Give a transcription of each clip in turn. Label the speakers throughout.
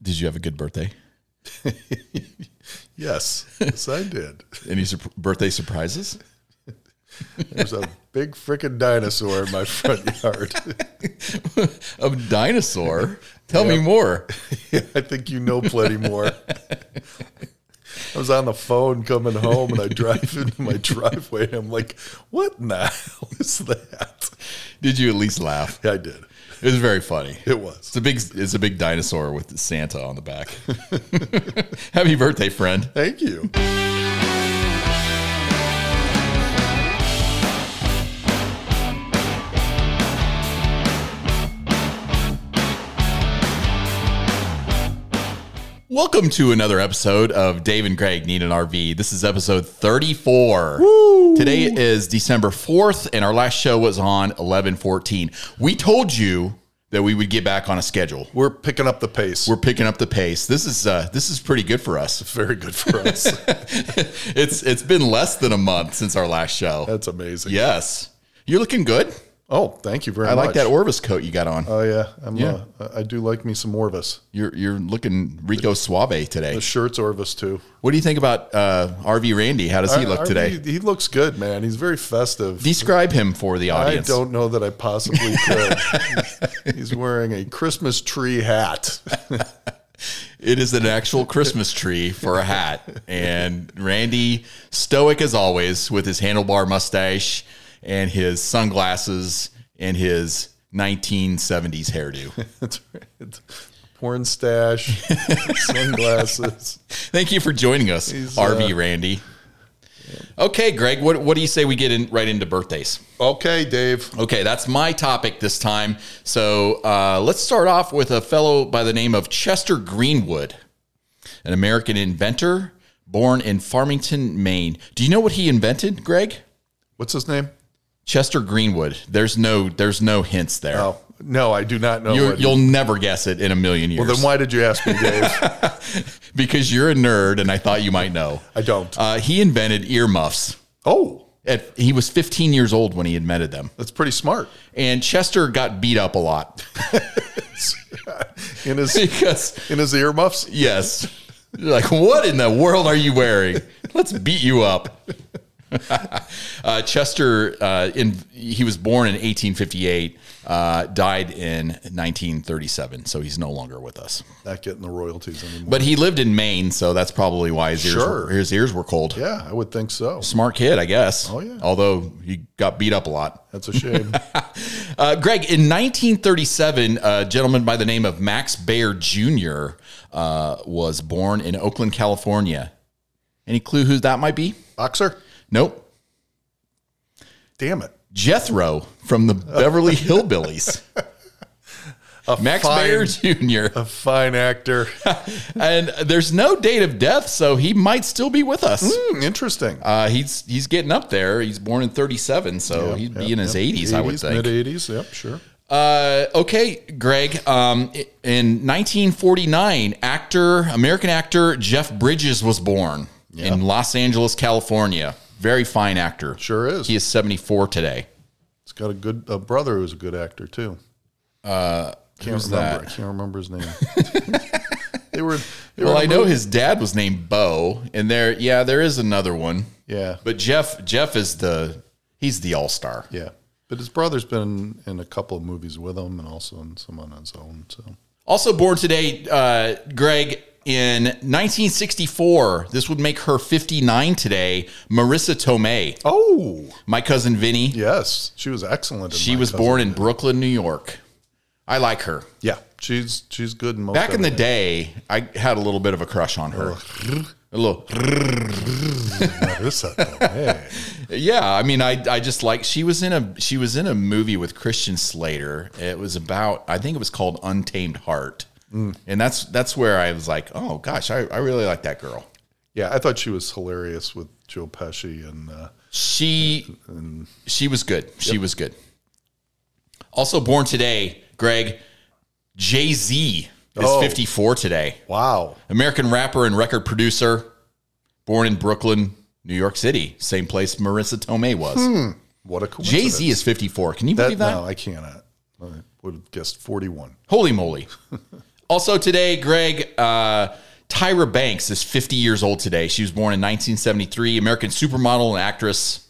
Speaker 1: Did you have a good birthday?
Speaker 2: Yes, yes, I did.
Speaker 1: Any sur- birthday surprises?
Speaker 2: There's a big freaking dinosaur in my front yard.
Speaker 1: A dinosaur? Tell me more.
Speaker 2: I think you know plenty more. I was on the phone coming home and I drive into my driveway and I'm like, what in the hell is that?
Speaker 1: Did you at least laugh?
Speaker 2: Yeah, I did.
Speaker 1: It was very funny.
Speaker 2: It
Speaker 1: It's
Speaker 2: was.
Speaker 1: a big it's a big dinosaur with Santa on the back. Happy birthday, friend.
Speaker 2: Thank you.
Speaker 1: Welcome to another episode of Dave and Greg Need an RV. This is episode 34. Today is December 4th, and our last show was on 11 14. We told you that we would get back on a schedule.
Speaker 2: We're picking up the pace.
Speaker 1: We're picking up the pace. This is uh, this is pretty good for us.
Speaker 2: very good for us.
Speaker 1: it's it's been less than a month since our last show.
Speaker 2: That's amazing.
Speaker 1: Yes, you're looking good.
Speaker 2: Oh, thank you very
Speaker 1: I
Speaker 2: much.
Speaker 1: like that Orvis coat you got on.
Speaker 2: Oh, yeah. I'm, Uh, I do like me some Orvis.
Speaker 1: You're you're looking Rico Suave today.
Speaker 2: The shirt's Orvis, too.
Speaker 1: What do you think about uh, RV Randy? How does he look
Speaker 2: Ar-
Speaker 1: today?
Speaker 2: He, he looks good, man. He's very festive.
Speaker 1: Describe him for the
Speaker 2: I
Speaker 1: audience.
Speaker 2: don't know that I possibly could. He's wearing a Christmas tree hat.
Speaker 1: It is an actual Christmas tree for a hat. And Randy, stoic as always, with his handlebar mustache and his sunglasses and his 1970s hairdo.
Speaker 2: That's right. Porn stash, sunglasses.
Speaker 1: Thank you for joining us,
Speaker 2: uh,
Speaker 1: RV Randy. Okay, Greg, what, what do you say we get in right into birthdays?
Speaker 2: Okay, Dave.
Speaker 1: Okay, that's my topic this time. So uh, let's start off with a fellow by the name of Chester Greenwood, an American inventor born in Farmington, Maine. Do you know what he invented, Greg?
Speaker 2: What's his name?
Speaker 1: Chester Greenwood. There's no there's no hints there.
Speaker 2: Oh, no, I do not know.
Speaker 1: you
Speaker 2: what he-
Speaker 1: you'll never guess it in a million years
Speaker 2: then why did you ask me, Dave?
Speaker 1: because you're a nerd and I thought you might know.
Speaker 2: I don't.
Speaker 1: Uh, he invented earmuffs.
Speaker 2: oh,
Speaker 1: At, he was 15 years old when he invented them.
Speaker 2: that's pretty smart.
Speaker 1: And Chester got beat up a lot
Speaker 2: In his
Speaker 1: because
Speaker 2: in his earmuffs.
Speaker 1: Yes. You're like, what in the world are you wearing? Let's beat you up. uh, Chester, uh, in, he was born in 1858, uh, died in 1937, so he's no longer with us.
Speaker 2: Not getting the royalties anymore.
Speaker 1: But he lived in Maine, so that's probably why his ears,
Speaker 2: Sure.
Speaker 1: were, his ears were cold.
Speaker 2: Yeah, I would think so.
Speaker 1: Smart kid, I guess.
Speaker 2: Oh, yeah.
Speaker 1: Although he got beat up a lot.
Speaker 2: That's a shame.
Speaker 1: Uh, Greg, in 1937, a gentleman by the name of Max Bayer Jr. Uh, was born in Oakland, California. Any clue who that might be?
Speaker 2: Boxer?
Speaker 1: Nope.
Speaker 2: Damn it.
Speaker 1: Jethro from the Beverly Hillbillies. Max
Speaker 2: fine-
Speaker 1: Bayer Jr.
Speaker 2: A fine actor.
Speaker 1: And there's no date of death, so he might still be with us.
Speaker 2: Hmm, interesting.
Speaker 1: Uh, he's he's getting up there. He's born in 37, so he'd be in his 80s, I would think.
Speaker 2: Mid 80s. Yep, sure.
Speaker 1: Uh, okay, Greg. Um, in 1949, actor, American actor Jeff Bridges was born in Los Angeles, California. Very fine actor.
Speaker 2: Sure is.
Speaker 1: He is 74 today.
Speaker 2: He's got a good a brother who's a good actor too. Uh, can't remember. I can't remember his name. they were. They
Speaker 1: Well,
Speaker 2: were
Speaker 1: I know his dad was named Bo, and there, yeah, there is another one.
Speaker 2: Yeah,
Speaker 1: But Jeff, Jeff is the he's the all star.
Speaker 2: yeah. But his brother's been in a couple of movies with him, and also in some on his own. So
Speaker 1: Also born today, uh, Greg. In 1964, this would make her 59 today. Marissa Tomei,
Speaker 2: oh
Speaker 1: my cousin Vinny.
Speaker 2: yes, she was excellent. In
Speaker 1: She
Speaker 2: My
Speaker 1: was
Speaker 2: Cousin.
Speaker 1: born in Brooklyn, New York. I like her.
Speaker 2: Yeah, she's she's good in most.
Speaker 1: Back in the day, I had a little bit of a crush on her. A little,
Speaker 2: Marissa Tomei.
Speaker 1: yeah. I mean, I, I just like she was in a she was in a movie with Christian Slater. It was about I think it was called Untamed Heart,
Speaker 2: Mm.
Speaker 1: and that's that's where I was like, oh gosh, I, I really like that girl.
Speaker 2: Yeah, I thought she was hilarious with Joe Pesci and uh,
Speaker 1: She she was good. She was good. Also born today, Greg Jay Z is
Speaker 2: Oh.
Speaker 1: fifty four today.
Speaker 2: wow,
Speaker 1: American rapper and record producer, born in Brooklyn, New York City, same place Marissa Tomei was.
Speaker 2: what Hmm. a coincidence.
Speaker 1: Jay Z is 54. Can you believe that?
Speaker 2: No, I cannot. I would have guessed forty one.
Speaker 1: Holy moly. Also today, Greg, uh, Tyra Banks is 50 years old today. She was born in 1973, American supermodel and actress.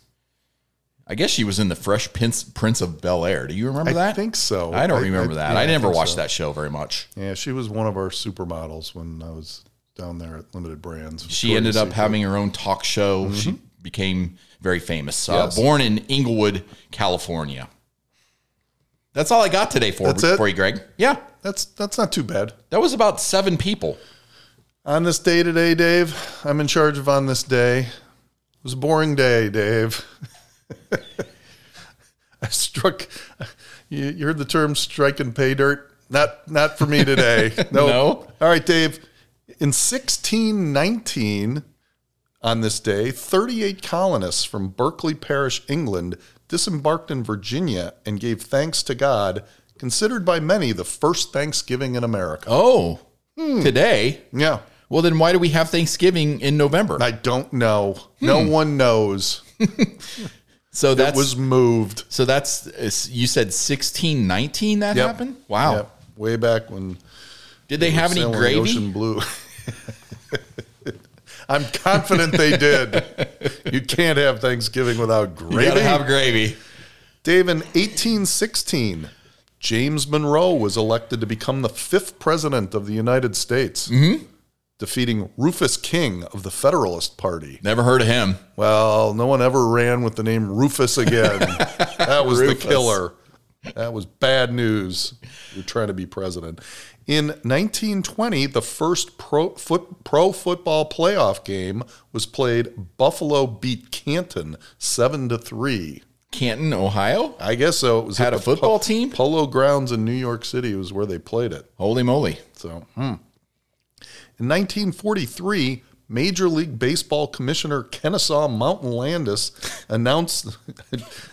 Speaker 1: I guess she was in the Fresh Prince, Prince of Bel Air. Do you remember
Speaker 2: I
Speaker 1: that?
Speaker 2: think so.
Speaker 1: I don't remember that.
Speaker 2: yeah,
Speaker 1: I never
Speaker 2: think
Speaker 1: watched
Speaker 2: so.
Speaker 1: that show very much.
Speaker 2: Yeah, she was one of our supermodels when I was down there at Limited Brands.
Speaker 1: She ended
Speaker 2: Victoria's
Speaker 1: up
Speaker 2: Secret.
Speaker 1: having her own talk show. She became very famous.
Speaker 2: Yes.
Speaker 1: Uh, born in Inglewood, California. That's all I got today for,
Speaker 2: That's it?
Speaker 1: for you, Greg. Yeah,
Speaker 2: That's that's not too bad.
Speaker 1: that was about seven people.
Speaker 2: On this day today, Dave, I'm in charge of on this day. It was a boring day, Dave. I struck. You, you heard the term "striking pay dirt." Not not for me today. No.
Speaker 1: No?
Speaker 2: All right, Dave. In 1619, on this day, 38 colonists from Berkeley Parish, England, disembarked in Virginia and gave thanks to God, considered by many the first Thanksgiving in America.
Speaker 1: Oh, today.
Speaker 2: Yeah.
Speaker 1: Well, then why do we have Thanksgiving in November?
Speaker 2: I don't know. No one knows.
Speaker 1: so Hmm.
Speaker 2: That
Speaker 1: that's
Speaker 2: was moved.
Speaker 1: so that's uh, you said sixteen nineteen that
Speaker 2: Yep.
Speaker 1: happened. Wow.
Speaker 2: Yep. Way back when
Speaker 1: Did they have any
Speaker 2: sailing the
Speaker 1: gravy?
Speaker 2: Ocean Blue. I'm confident they did. You can't have Thanksgiving without
Speaker 1: You
Speaker 2: gravy.
Speaker 1: gotta have gravy.
Speaker 2: Dave, in 1816, James Monroe was elected to become the fifth president of the United States,
Speaker 1: Mm-hmm.
Speaker 2: defeating Rufus King of the Federalist Party.
Speaker 1: Never heard of him.
Speaker 2: Well, no one ever ran with the name Rufus again. that was
Speaker 1: Rufus.
Speaker 2: the killer. That was bad news. You're trying to be president. In 1920, the first pro, foot, pro football playoff game was played. Buffalo beat Canton seven to three.
Speaker 1: Canton, Ohio.
Speaker 2: I guess so. It was
Speaker 1: Had
Speaker 2: at
Speaker 1: a
Speaker 2: the
Speaker 1: football
Speaker 2: Po-
Speaker 1: team?
Speaker 2: Polo Grounds in New York City was where they played it.
Speaker 1: Holy moly!
Speaker 2: So, hmm. in 1943, Major League Baseball Commissioner Kennesaw Mountain Landis announced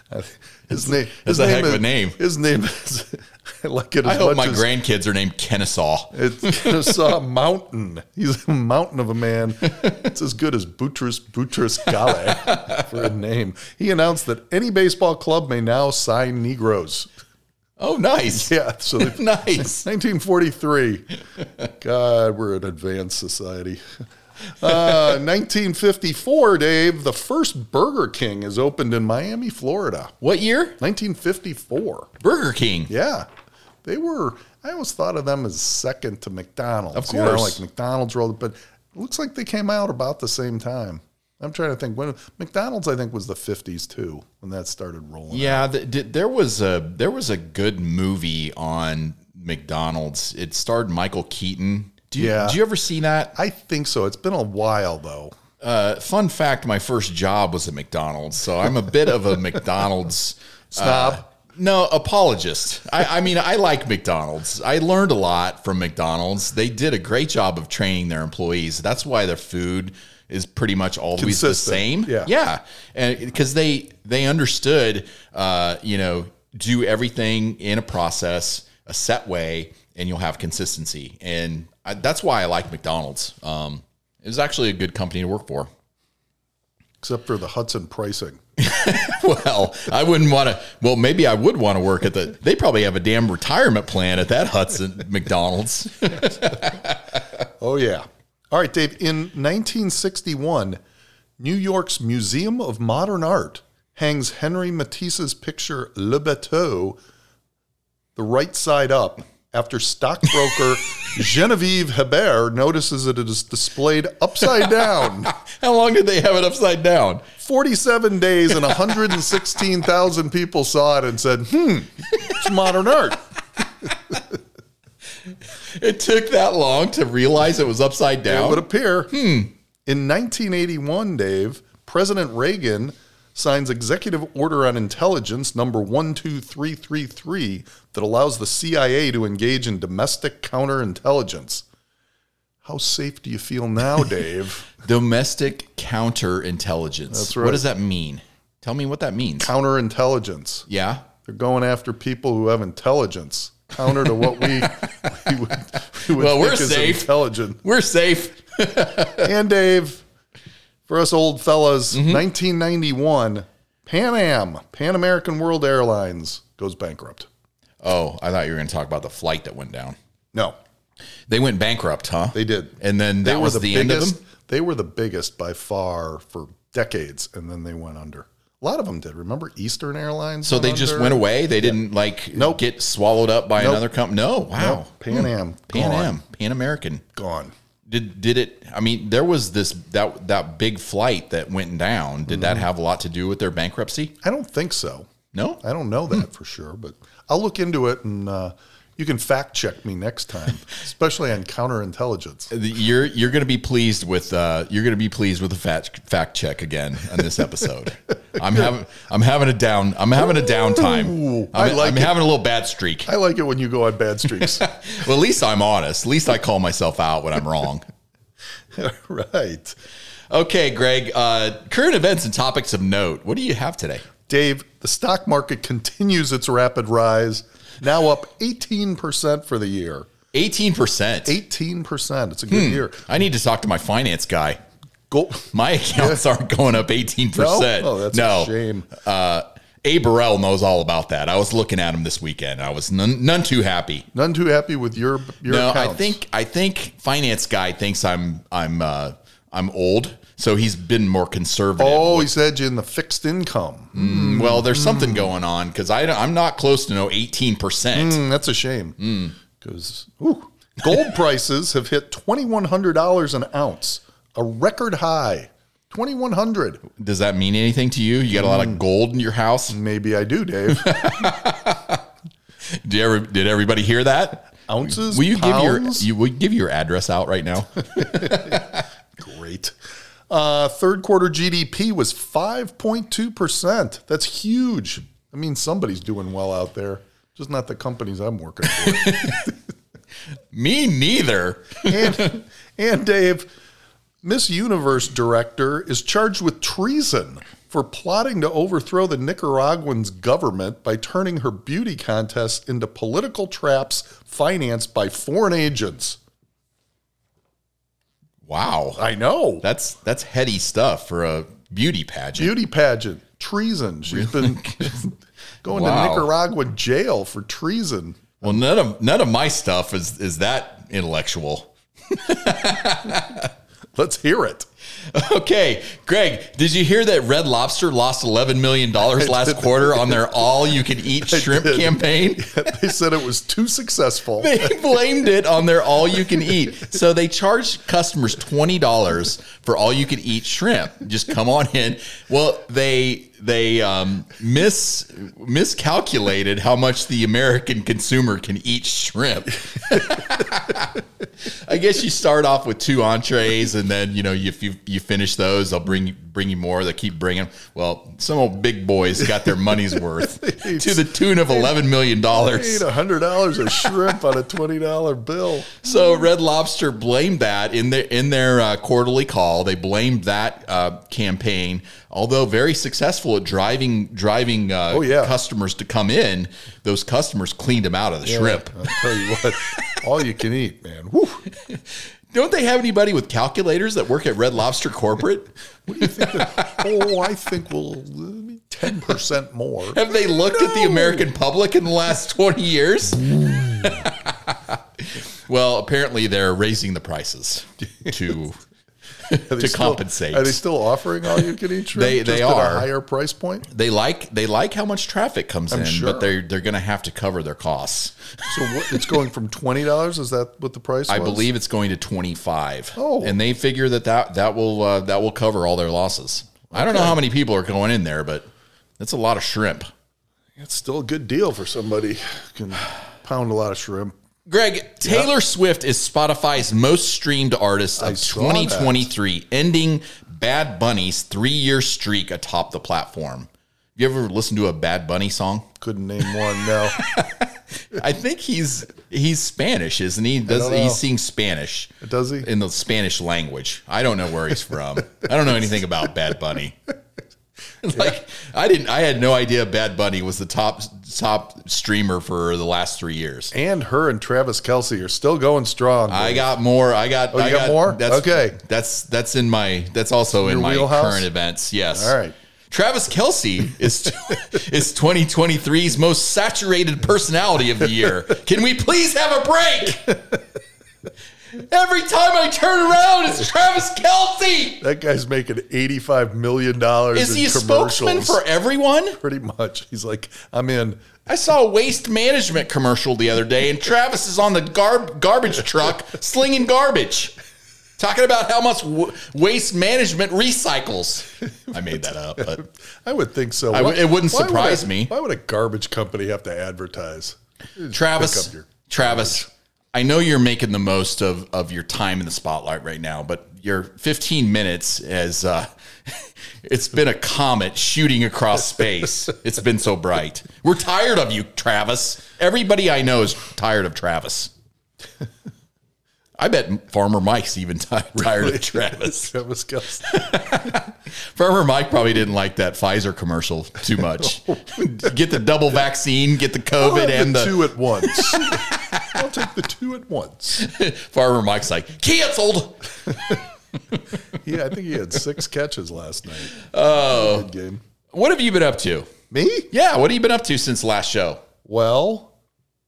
Speaker 2: his name. His
Speaker 1: that's a heck of a name.
Speaker 2: His name is. I like it as
Speaker 1: I hope
Speaker 2: much
Speaker 1: my
Speaker 2: as
Speaker 1: grandkids are named Kennesaw.
Speaker 2: it's Kennesaw Mountain. He's a mountain of a man. It's as good as Boutros Boutros Gale for a name. He announced that any baseball club may now sign Negroes.
Speaker 1: Oh, nice,
Speaker 2: Yeah, so they
Speaker 1: nice.
Speaker 2: 1943. God, we're an advanced society. Uh, 1954, Dave, the first Burger King is opened in Miami, Florida.
Speaker 1: What year?
Speaker 2: 1954.
Speaker 1: Burger King.
Speaker 2: Yeah. They were, I always thought of them as second to McDonald's.
Speaker 1: Of
Speaker 2: You know,
Speaker 1: course.
Speaker 2: like McDonald's rolled, but it looks like they came out about the same time. I'm trying to think when McDonald's, I think, was the 50s too, when that started rolling.
Speaker 1: Yeah, th- th- there was a there was a good movie on McDonald's. It starred Michael Keaton. Do you,
Speaker 2: Yeah.
Speaker 1: Did you ever see that?
Speaker 2: I think so. It's been a while, though.
Speaker 1: Uh, fun fact: My first job was at McDonald's, so I'm a bit of a McDonald's uh,
Speaker 2: Snob.
Speaker 1: no apologist. I, I mean, I like McDonald's. I learned a lot from McDonald's. They did a great job of training their employees. That's why their food is pretty much always the
Speaker 2: Consistent.
Speaker 1: same.
Speaker 2: Yeah.
Speaker 1: yeah, and because they they understood, uh, you know, do everything in a process, a set way, and you'll have consistency. And I, that's why I like McDonald's. Um, it was actually a good company to work for.
Speaker 2: except for the Hudson pricing.
Speaker 1: Well, I wouldn't want to. Well, maybe I would want to work at the. They probably have a damn retirement plan at that Hudson McDonald's.
Speaker 2: Oh yeah. All right, Dave. In 1961, New York's Museum of Modern Art hangs Henry Matisse's picture Le Bateau, the right side up, after stockbroker Genevieve Hebert notices that it is displayed upside down.
Speaker 1: How long did they have it upside down?
Speaker 2: 47 days and 116,000 people saw it and said, "Hmm, it's modern art."
Speaker 1: It took that long to realize it was upside
Speaker 2: It
Speaker 1: down.
Speaker 2: would appear. hmm, In 1981, Dave, President Reagan signs Executive Order on Intelligence number 12333 that allows the CIA to engage in domestic counterintelligence. How safe do you feel now, Dave?
Speaker 1: Domestic counterintelligence. That's
Speaker 2: right.
Speaker 1: What does that mean? Tell me what that means.
Speaker 2: counterintelligence.
Speaker 1: yeah.
Speaker 2: They're going after people who have intelligence, counter to what we, we would, we would
Speaker 1: Well, we're
Speaker 2: think is
Speaker 1: safe.
Speaker 2: intelligent.
Speaker 1: We're safe.
Speaker 2: and Dave, for us old fellas,
Speaker 1: Mm-hmm.
Speaker 2: 1991, Pan Am, Pan American World Airlines goes bankrupt.
Speaker 1: Oh, I thought you were going to talk about the flight that went down.
Speaker 2: No,
Speaker 1: They went bankrupt, huh?
Speaker 2: They did.
Speaker 1: And then
Speaker 2: They
Speaker 1: that was the, end of
Speaker 2: biggest.
Speaker 1: them.
Speaker 2: They were the biggest by far for decades, and then they went under. A lot of them did. Remember Eastern Airlines?
Speaker 1: So they just
Speaker 2: under?
Speaker 1: went away. They didn't like
Speaker 2: Nope.
Speaker 1: get swallowed up by
Speaker 2: Nope.
Speaker 1: another company. No, wow.
Speaker 2: Nope. Pan Am.
Speaker 1: Hmm. Pan
Speaker 2: gone,
Speaker 1: Am, Pan American.
Speaker 2: Gone.
Speaker 1: Did did it? I mean, there was this that that big flight that went down. Did
Speaker 2: Mm-hmm.
Speaker 1: that have a lot to do with their bankruptcy?
Speaker 2: I don't think so.
Speaker 1: No.
Speaker 2: I don't know
Speaker 1: Hmm.
Speaker 2: that for sure, but I'll look into it and uh, you can fact check me next time, especially on counterintelligence.
Speaker 1: The- You're you're going to be pleased with uh, you're going to be pleased with the fact fact check again on this episode. I'm having I'm having a down I'm having a downtime.
Speaker 2: Ooh, I
Speaker 1: I'm,
Speaker 2: like
Speaker 1: I'm
Speaker 2: it.
Speaker 1: having a little bad streak.
Speaker 2: I like it when you go on bad streaks.
Speaker 1: Well, at least I'm honest. At least I call myself out when I'm wrong.
Speaker 2: right.
Speaker 1: Okay, Greg. Uh, current events and topics of note. What do you have today?
Speaker 2: Dave, the stock market continues its rapid rise, now up 18% for the year.
Speaker 1: Eighteen percent.
Speaker 2: 18%. It's a good year.
Speaker 1: I need to talk to my finance guy.
Speaker 2: Gold,
Speaker 1: My accounts aren't going up eighteen percent.
Speaker 2: No? Oh, that's a shame.
Speaker 1: Uh, a Burrell knows all about that. I was looking at him this weekend. I was none, none too happy.
Speaker 2: None too happy with your your
Speaker 1: No, I
Speaker 2: accounts.
Speaker 1: think I think finance guy thinks I'm I'm uh, I'm old, so he's been more conservative.
Speaker 2: Oh, he said you in the fixed income.
Speaker 1: Mm, Well, there's something going on because I don't- I'm not close to no eighteen percent.
Speaker 2: Mm, that's a shame. Because gold prices have hit twenty one hundred dollars an ounce, a record high. Twenty one hundred.
Speaker 1: Does that mean anything to you? You got a lot
Speaker 2: Mm.
Speaker 1: of gold in your house.
Speaker 2: Maybe I do, Dave.
Speaker 1: Did, every, did everybody hear that?
Speaker 2: Ounces.
Speaker 1: Will you
Speaker 2: pounds?
Speaker 1: give your you will you give your address out right now?
Speaker 2: great? Uh, third quarter GDP was five point two percent. That's huge. That means somebody's doing well out there. Just not the companies I'm working for.
Speaker 1: Me neither.
Speaker 2: and, and Dave, Miss Universe director is charged with treason for plotting to overthrow the Nicaraguan's government by turning her beauty contest into political traps financed by foreign agents.
Speaker 1: Wow.
Speaker 2: I know.
Speaker 1: That's that's heady stuff for a beauty pageant.
Speaker 2: beauty pageant, treason. She's been going
Speaker 1: Wow.
Speaker 2: to Nicaragua jail for treason.
Speaker 1: Well, none of none of my stuff is is that intellectual.
Speaker 2: Let's hear it.
Speaker 1: Okay, Greg, did you hear that Red Lobster lost 11 million dollars last quarter on their all you can eat shrimp
Speaker 2: did.
Speaker 1: campaign?
Speaker 2: they said it was too successful.
Speaker 1: They blamed it on their all you can eat. So they charged customers $20 for all you can eat shrimp. Just come on in. Well, they they um, mis miscalculated how much the American consumer can eat shrimp. I guess you start off with two entrees, and then you know if you you finish those, they'll bring bring you more. They keep bringing. Well, some old big boys got their money's worth to the tune of eleven million
Speaker 2: Paid
Speaker 1: dollars.
Speaker 2: hundred dollars a shrimp on a twenty dollar bill.
Speaker 1: So Red Lobster blamed that in their in their uh, quarterly call. They blamed that uh, campaign, although very successful at driving driving uh,
Speaker 2: Oh, yeah.
Speaker 1: customers to come in. Those customers cleaned them out of the shrimp.
Speaker 2: I'll tell you what, all you can eat, man. Whew.
Speaker 1: Don't they have anybody with calculators that work at Red Lobster corporate?
Speaker 2: Oh, I think we'll ten percent more.
Speaker 1: Have they looked at the American public in the last 20 years? well, apparently they're raising the prices to
Speaker 2: Are they
Speaker 1: to compensate.
Speaker 2: Are they still offering all you can eat shrimp?
Speaker 1: They- they
Speaker 2: at
Speaker 1: are.
Speaker 2: a higher price point.
Speaker 1: they like they like how much traffic comes in,
Speaker 2: sure.
Speaker 1: but they're they're going to have to cover their costs.
Speaker 2: So what, it's going from twenty dollars. Is that what the price?
Speaker 1: I
Speaker 2: was?
Speaker 1: believe it's going to 25.
Speaker 2: Oh.
Speaker 1: and they figure that that, that will uh, that will cover all their losses. I don't know how many people are going in there, but that's a lot of shrimp.
Speaker 2: it's still a good deal for somebody who can pound a lot of shrimp.
Speaker 1: Greg, Taylor Swift is Spotify's most streamed artist of
Speaker 2: saw
Speaker 1: 2023, ending Bad Bunny's three year streak atop the platform. You ever listen to a Bad Bunny song?
Speaker 2: Couldn't name one. No,
Speaker 1: I think he's he's Spanish, isn't he? Does
Speaker 2: don't know.
Speaker 1: he sing Spanish
Speaker 2: does he?
Speaker 1: in the Spanish language? I don't know where he's from. I don't know anything about Bad Bunny. Like I didn't, I had no idea Bad Bunny was the top top streamer for the last three years.
Speaker 2: And her and Travis Kelsey are still going strong.
Speaker 1: I got more. I got.
Speaker 2: Oh, you
Speaker 1: I
Speaker 2: got more?
Speaker 1: That's,
Speaker 2: Okay.
Speaker 1: That's that's in my. That's also in
Speaker 2: Your
Speaker 1: my
Speaker 2: wheelhouse?
Speaker 1: current events. Yes.
Speaker 2: All right.
Speaker 1: Travis Kelsey is is 2023's most saturated personality of the year. Can we please have a break? Every time I turn around, it's Travis Kelsey.
Speaker 2: That guy's making $85 million.
Speaker 1: Is
Speaker 2: in
Speaker 1: he a
Speaker 2: commercials.
Speaker 1: spokesman for everyone?
Speaker 2: Pretty much. He's like, I'm in.
Speaker 1: I saw a waste management commercial the other day, and Travis is on the gar- garbage truck slinging garbage, talking about how much w- waste management recycles. I made that up, but
Speaker 2: I would think so.
Speaker 1: I w- it wouldn't
Speaker 2: would
Speaker 1: surprise
Speaker 2: a-
Speaker 1: me.
Speaker 2: Why would a garbage company have to advertise?
Speaker 1: Travis,
Speaker 2: up your
Speaker 1: Travis, I know you're making the most of, of your time in the spotlight right now, but your 15 minutes as uh, it's been a comet shooting across space. it's been so bright. We're tired of you, Travis. Everybody I know is tired of Travis. I bet Farmer Mike's even ti- tired of Travis.
Speaker 2: Travis Kelsey.
Speaker 1: Farmer Mike probably didn't like that Pfizer commercial too much.
Speaker 2: Oh,
Speaker 1: get the double vaccine, get the
Speaker 2: I'll
Speaker 1: COVID
Speaker 2: have
Speaker 1: and
Speaker 2: the
Speaker 1: the
Speaker 2: two at once. I'll take the two at once.
Speaker 1: Farmer Mike's like, canceled.
Speaker 2: Yeah, I think he had six catches last night. Oh, good game.
Speaker 1: What have you been up to?
Speaker 2: Me?
Speaker 1: Yeah, what have you been up to since last show?
Speaker 2: Well,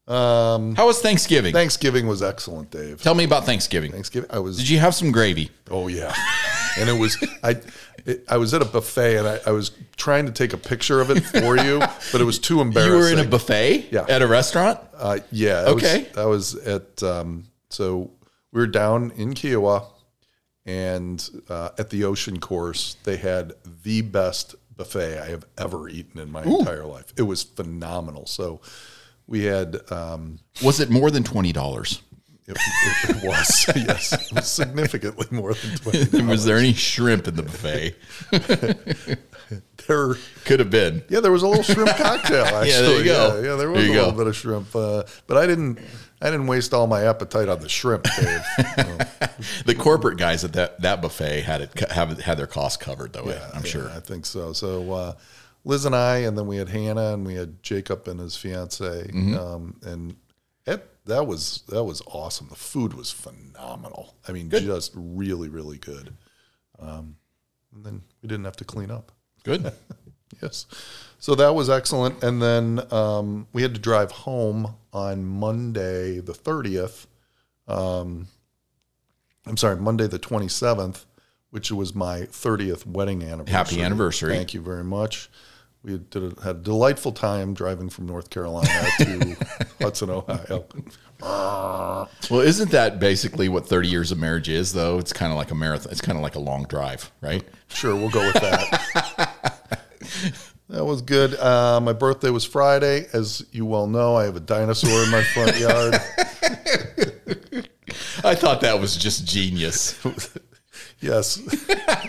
Speaker 2: um,
Speaker 1: How was Thanksgiving?
Speaker 2: Thanksgiving was excellent, Dave.
Speaker 1: Tell me about Thanksgiving.
Speaker 2: Thanksgiving, I was.
Speaker 1: Did you have some gravy?
Speaker 2: Oh yeah, and it was I. It, I was at a buffet and I, I was trying to take a picture of it for you, but it was too
Speaker 1: You
Speaker 2: embarrassing.
Speaker 1: were in a buffet
Speaker 2: Yeah.
Speaker 1: at a restaurant?
Speaker 2: Uh, yeah.
Speaker 1: Okay.
Speaker 2: I was, I was at, um, so we were down in Kiowa and uh, at the ocean course, they had the best buffet I have ever eaten in my entire life. It was phenomenal. So we had, um,
Speaker 1: Was it more than $20?
Speaker 2: it, it, it was, yes, it was significantly more than 20.
Speaker 1: was there any shrimp in the buffet?
Speaker 2: There,
Speaker 1: Could have been.
Speaker 2: yeah, there was a little shrimp cocktail actually.
Speaker 1: there you go.
Speaker 2: Yeah, yeah, there
Speaker 1: There
Speaker 2: was
Speaker 1: you
Speaker 2: a
Speaker 1: go.
Speaker 2: little bit of shrimp, uh, but I didn't, I didn't waste all my appetite on the shrimp, Dave.
Speaker 1: The corporate guys at that, that buffet had it co- have, had their costs covered though. I'm
Speaker 2: Yeah,
Speaker 1: sure.
Speaker 2: I think so. So uh, Liz and I, and then we had Hannah, and we had Jacob and his fiance,
Speaker 1: Mm-hmm.
Speaker 2: um, and it, that was that was awesome. The food was phenomenal. I mean, just really, really good. Um, and then we didn't have to clean up.
Speaker 1: Good.
Speaker 2: Yes, so that was excellent. And then um, we had to drive home on Monday the thirtieth. Um, I'm sorry, Monday the twenty seventh, which was my thirtieth wedding anniversary.
Speaker 1: Happy anniversary.
Speaker 2: Thank you very much. We did a, had a delightful time driving from North Carolina to Hudson, Ohio.
Speaker 1: Well, isn't that basically what 30 years of marriage is though? It's kind of like a marathon. It's kind of like a long drive, right?
Speaker 2: Sure, we'll go with that. that was good. Uh, my birthday was Friday. As you well know, I have a dinosaur in my front yard.
Speaker 1: I thought that was just genius.
Speaker 2: yes.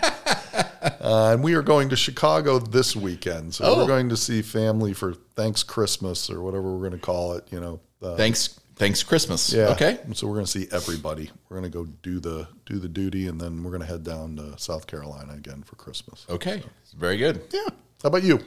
Speaker 2: Uh, and we are going to Chicago this weekend. So
Speaker 1: Oh.
Speaker 2: we're going to see family for Thanks Christmas or whatever we're going to call it, you know. Uh,
Speaker 1: Thanks. Thanks Christmas.
Speaker 2: Yeah.
Speaker 1: Okay.
Speaker 2: So we're going to see everybody. We're going to go do the do the duty, and then we're going to head down to South Carolina again for Christmas.
Speaker 1: Okay. Very good.
Speaker 2: Yeah. How about you?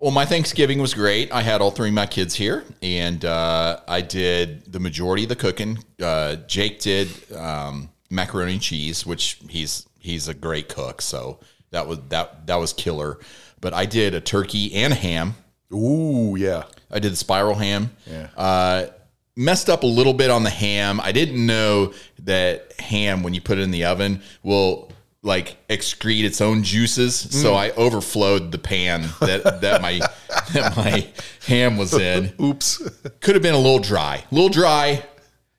Speaker 1: Well, my Thanksgiving was great. I had all three of my kids here, and uh, I did the majority of the cooking. Uh, Jake did um, macaroni and cheese, which he's he's a great cook, so that was that that was killer. But I did a turkey and ham.
Speaker 2: Ooh, yeah.
Speaker 1: I did the spiral ham.
Speaker 2: Yeah.
Speaker 1: Uh, messed up a little bit on the ham. I didn't know that ham, when you put it in the oven, will like excrete its own juices.
Speaker 2: Mm.
Speaker 1: So I overflowed the pan that that my that my ham was in.
Speaker 2: Oops.
Speaker 1: Could have been a little dry. A little dry.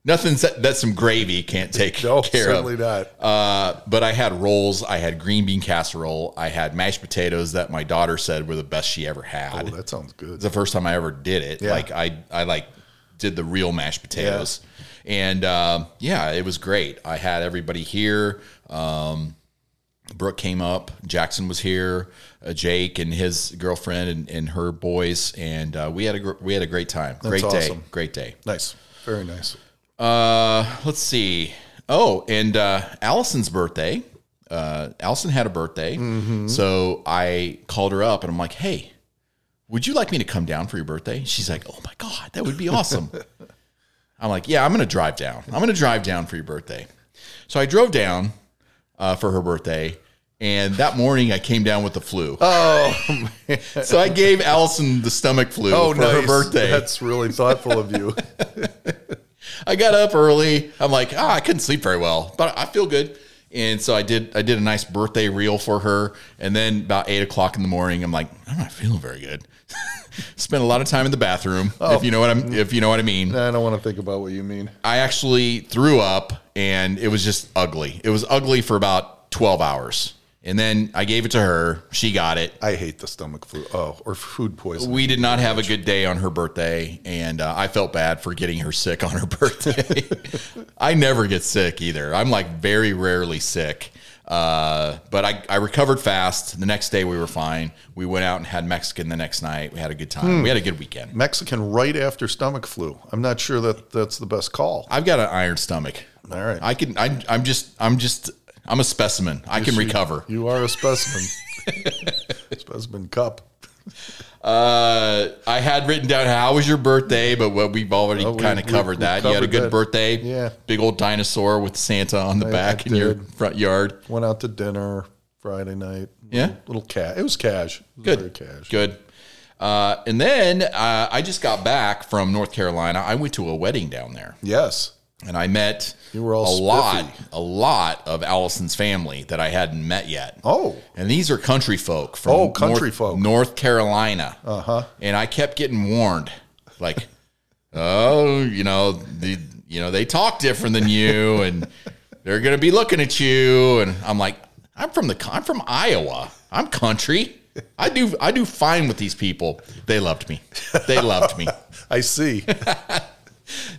Speaker 1: Nothing that, that some gravy can't take
Speaker 2: No,
Speaker 1: care of.
Speaker 2: certainly not.
Speaker 1: Uh, but I had rolls. I had green bean casserole. I had mashed potatoes that my daughter said were the best she ever had
Speaker 2: Oh, that sounds good.
Speaker 1: the first time I ever did it. Like I, I like did the real mashed potatoes, and um, yeah, it was great. I had everybody here. Um, Brooke came up. Jackson was here. Uh, Jake and his girlfriend and, and her boys, and uh, we had a gr- we had a great time. great day.
Speaker 2: awesome.
Speaker 1: Great day.
Speaker 2: Nice. Very nice.
Speaker 1: Uh, let's see. Oh, and uh, Allison's birthday. Uh, Allison had a birthday,
Speaker 2: Mm-hmm.
Speaker 1: so I called her up and I'm like, "Hey, would you like me to come down for your birthday?" She's like, "Oh my god, that would be awesome." I'm like, "Yeah, I'm gonna drive down. I'm gonna drive down for your birthday." So I drove down uh, for her birthday, and that morning I came down with the flu.
Speaker 2: Oh, man.
Speaker 1: so I gave Allison the stomach flu
Speaker 2: Oh,
Speaker 1: for
Speaker 2: nice.
Speaker 1: her birthday.
Speaker 2: That's really thoughtful of you.
Speaker 1: I got up early. I'm like, ah, I couldn't sleep very well, but I feel good. And so I did. I did a nice birthday reel for her. And then about eight o'clock in the morning, I'm like, I'm not feeling very good. Spent a lot of time in the bathroom, if you know what I'm. If you know what I mean.
Speaker 2: I don't want to think about what you mean.
Speaker 1: I actually threw up and it was just ugly. It was ugly for about 12 hours. And then I gave it to her. She got it.
Speaker 2: I hate the stomach flu. Oh, or food poisoning.
Speaker 1: We did not have a good day on her birthday. And uh, I felt bad for getting her sick on her birthday. I never get sick either. I'm like very rarely sick. Uh, but I, I recovered fast. The next day we were fine. We went out and had Mexican the next night. We had a good time. We had a good weekend.
Speaker 2: Mexican right after stomach flu. I'm not sure that that's the best call.
Speaker 1: I've got an iron stomach.
Speaker 2: All right.
Speaker 1: I can. I, I'm just. I'm just. I'm a specimen. I can recover.
Speaker 2: You are a specimen. specimen cup.
Speaker 1: Uh, I had written down how was your birthday, but what we've already
Speaker 2: we-
Speaker 1: kind of
Speaker 2: we-
Speaker 1: covered
Speaker 2: we
Speaker 1: that. you had a
Speaker 2: covered
Speaker 1: good
Speaker 2: that.
Speaker 1: birthday.
Speaker 2: Yeah.
Speaker 1: Big old dinosaur with Santa on the
Speaker 2: I
Speaker 1: back in your
Speaker 2: did.
Speaker 1: front yard.
Speaker 2: Went out to dinner Friday night.
Speaker 1: Yeah.
Speaker 2: Little cat. It was cash. It was
Speaker 1: Good.
Speaker 2: Very cash.
Speaker 1: Good. Uh, and then uh, I just got back from North Carolina. I went to a wedding down there,
Speaker 2: Yes.
Speaker 1: and I met
Speaker 2: You were
Speaker 1: a
Speaker 2: all
Speaker 1: lot,
Speaker 2: spiffy.
Speaker 1: a lot of Allison's family that I hadn't met yet.
Speaker 2: Oh.
Speaker 1: And these are country folk from
Speaker 2: Oh, country
Speaker 1: North,
Speaker 2: folk. Uh-huh.
Speaker 1: North Carolina. Uh huh. And I kept getting warned, like, oh, you know, the, you know, they talk different than you, and they're gonna be looking at you. And I'm like, I'm from the, I'm from Iowa. I'm country. I do, I do fine with these people. They loved me. They loved me.
Speaker 2: I see.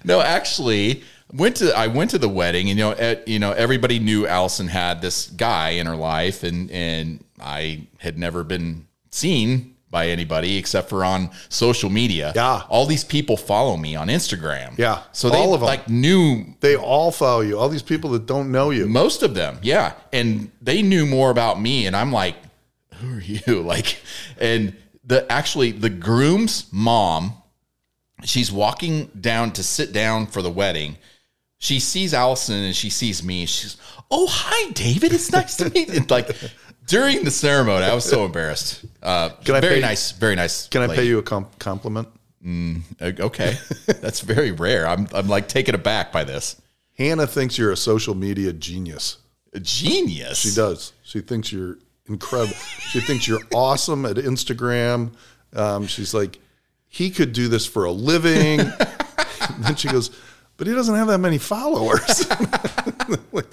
Speaker 1: No, actually, went to I went to the wedding, and you know, at, you know, everybody knew Allison had this guy in her life, and and I had never been seen by anybody except for on social media.
Speaker 2: Yeah.
Speaker 1: all these people follow me on Instagram.
Speaker 2: Yeah,
Speaker 1: so they
Speaker 2: all of 'em.
Speaker 1: like knew
Speaker 2: they all follow you. All these people that don't know you.
Speaker 1: most of them, yeah. And they knew more about me, and I'm like, who are you? Like, and the actually the groom's mom, she's walking down to sit down for the wedding. She sees Allison and she sees me. And she's, oh hi, David. It's nice to meet. you. And like during the ceremony, I was so embarrassed. Uh,
Speaker 2: I
Speaker 1: very
Speaker 2: pay-
Speaker 1: nice, very nice.
Speaker 2: Can I
Speaker 1: lady. Uh,
Speaker 2: pay you a com- compliment?
Speaker 1: Okay, that's very rare. I'm I'm like taken aback by this.
Speaker 2: Hannah thinks you're a social media genius.
Speaker 1: Genius.
Speaker 2: She does. She thinks you're incredible. she thinks you're awesome at Instagram. Um, she's like, he could do this for a living. And then she goes, but he doesn't have that many followers. Like,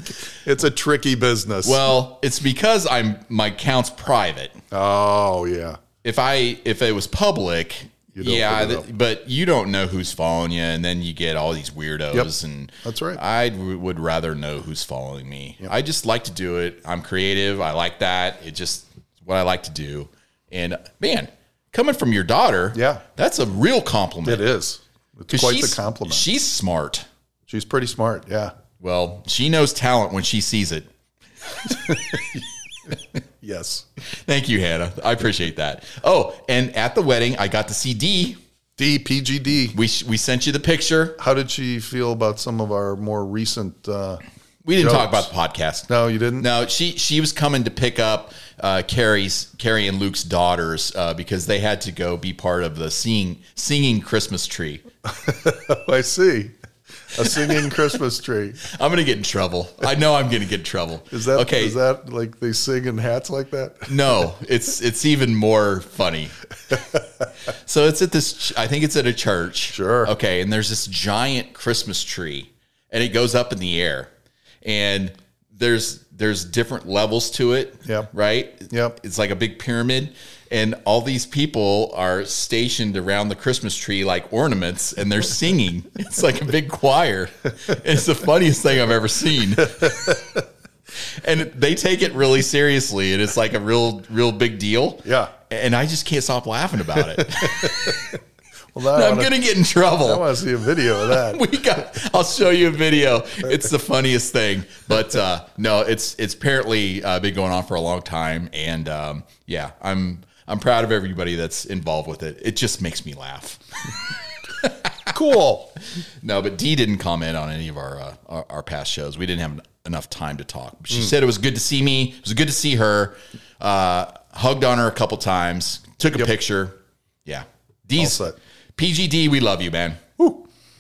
Speaker 2: it's a tricky business.
Speaker 1: Well, it's because I'm my account's private.
Speaker 2: oh yeah,
Speaker 1: If I if it was public,
Speaker 2: don't
Speaker 1: yeah,
Speaker 2: put it
Speaker 1: th- but you don't know who's following you, and then you get all these weirdos. And
Speaker 2: That's right.
Speaker 1: I w- would rather know who's following me. I just like to do it. I'm creative. I like that. It just what I like to do. And man, coming from your daughter,
Speaker 2: Yeah.
Speaker 1: that's a real
Speaker 2: it
Speaker 1: compliment.
Speaker 2: is. It's
Speaker 1: 'Cause
Speaker 2: quite the
Speaker 1: she's-
Speaker 2: compliment.
Speaker 1: She's smart.
Speaker 2: she's pretty smart. Yeah.
Speaker 1: Well, she knows talent when she sees it.
Speaker 2: Yes.
Speaker 1: Thank you, Hannah. I appreciate that. Oh, and at the wedding, I got to see D.
Speaker 2: D PGD.
Speaker 1: We sh- we sent you the picture.
Speaker 2: How did she feel about some of our more recent? Uh,
Speaker 1: We didn't talk
Speaker 2: Jokes.
Speaker 1: about the podcast.
Speaker 2: no, you didn't.
Speaker 1: No, she she was coming to pick up uh, Carrie's Carrie and Luke's daughters uh, because they had to go be part of the singing singing Christmas tree.
Speaker 2: I see. A singing Christmas tree.
Speaker 1: I'm gonna get in trouble. I know I'm gonna get in trouble.
Speaker 2: Is that
Speaker 1: okay?
Speaker 2: Is that like they sing in hats like that?
Speaker 1: no, it's it's even more funny. so it's at this. ch- I think it's at a church.
Speaker 2: Sure.
Speaker 1: Okay, and there's this giant Christmas tree, and it goes up in the air, and there's there's different levels to it.
Speaker 2: Yep.
Speaker 1: Right.
Speaker 2: Yep.
Speaker 1: It's like a big pyramid, and all these people are stationed around the Christmas tree like ornaments, and they're singing. it's like a big choir. It's the funniest thing I've ever seen and they take it really seriously and it's like a real real big deal
Speaker 2: Yeah.
Speaker 1: and i just can't stop laughing about it
Speaker 2: Well, now I
Speaker 1: i'm
Speaker 2: wanna-
Speaker 1: gonna get in
Speaker 2: I
Speaker 1: trouble
Speaker 2: want to see a video of that.
Speaker 1: we got i'll show you a video it's the funniest thing but uh no it's it's apparently uh, been going on for a long time and um yeah i'm i'm proud of everybody that's involved with it it just makes me laugh
Speaker 2: cool.
Speaker 1: no but dee didn't comment on any of our uh, our, our past shows we didn't have enough time to talk she
Speaker 2: Mm.
Speaker 1: said it was good to see me it was good to see her uh hugged on her a couple times took a picture yeah
Speaker 2: All
Speaker 1: Dee's
Speaker 2: set.
Speaker 1: pgd we love you man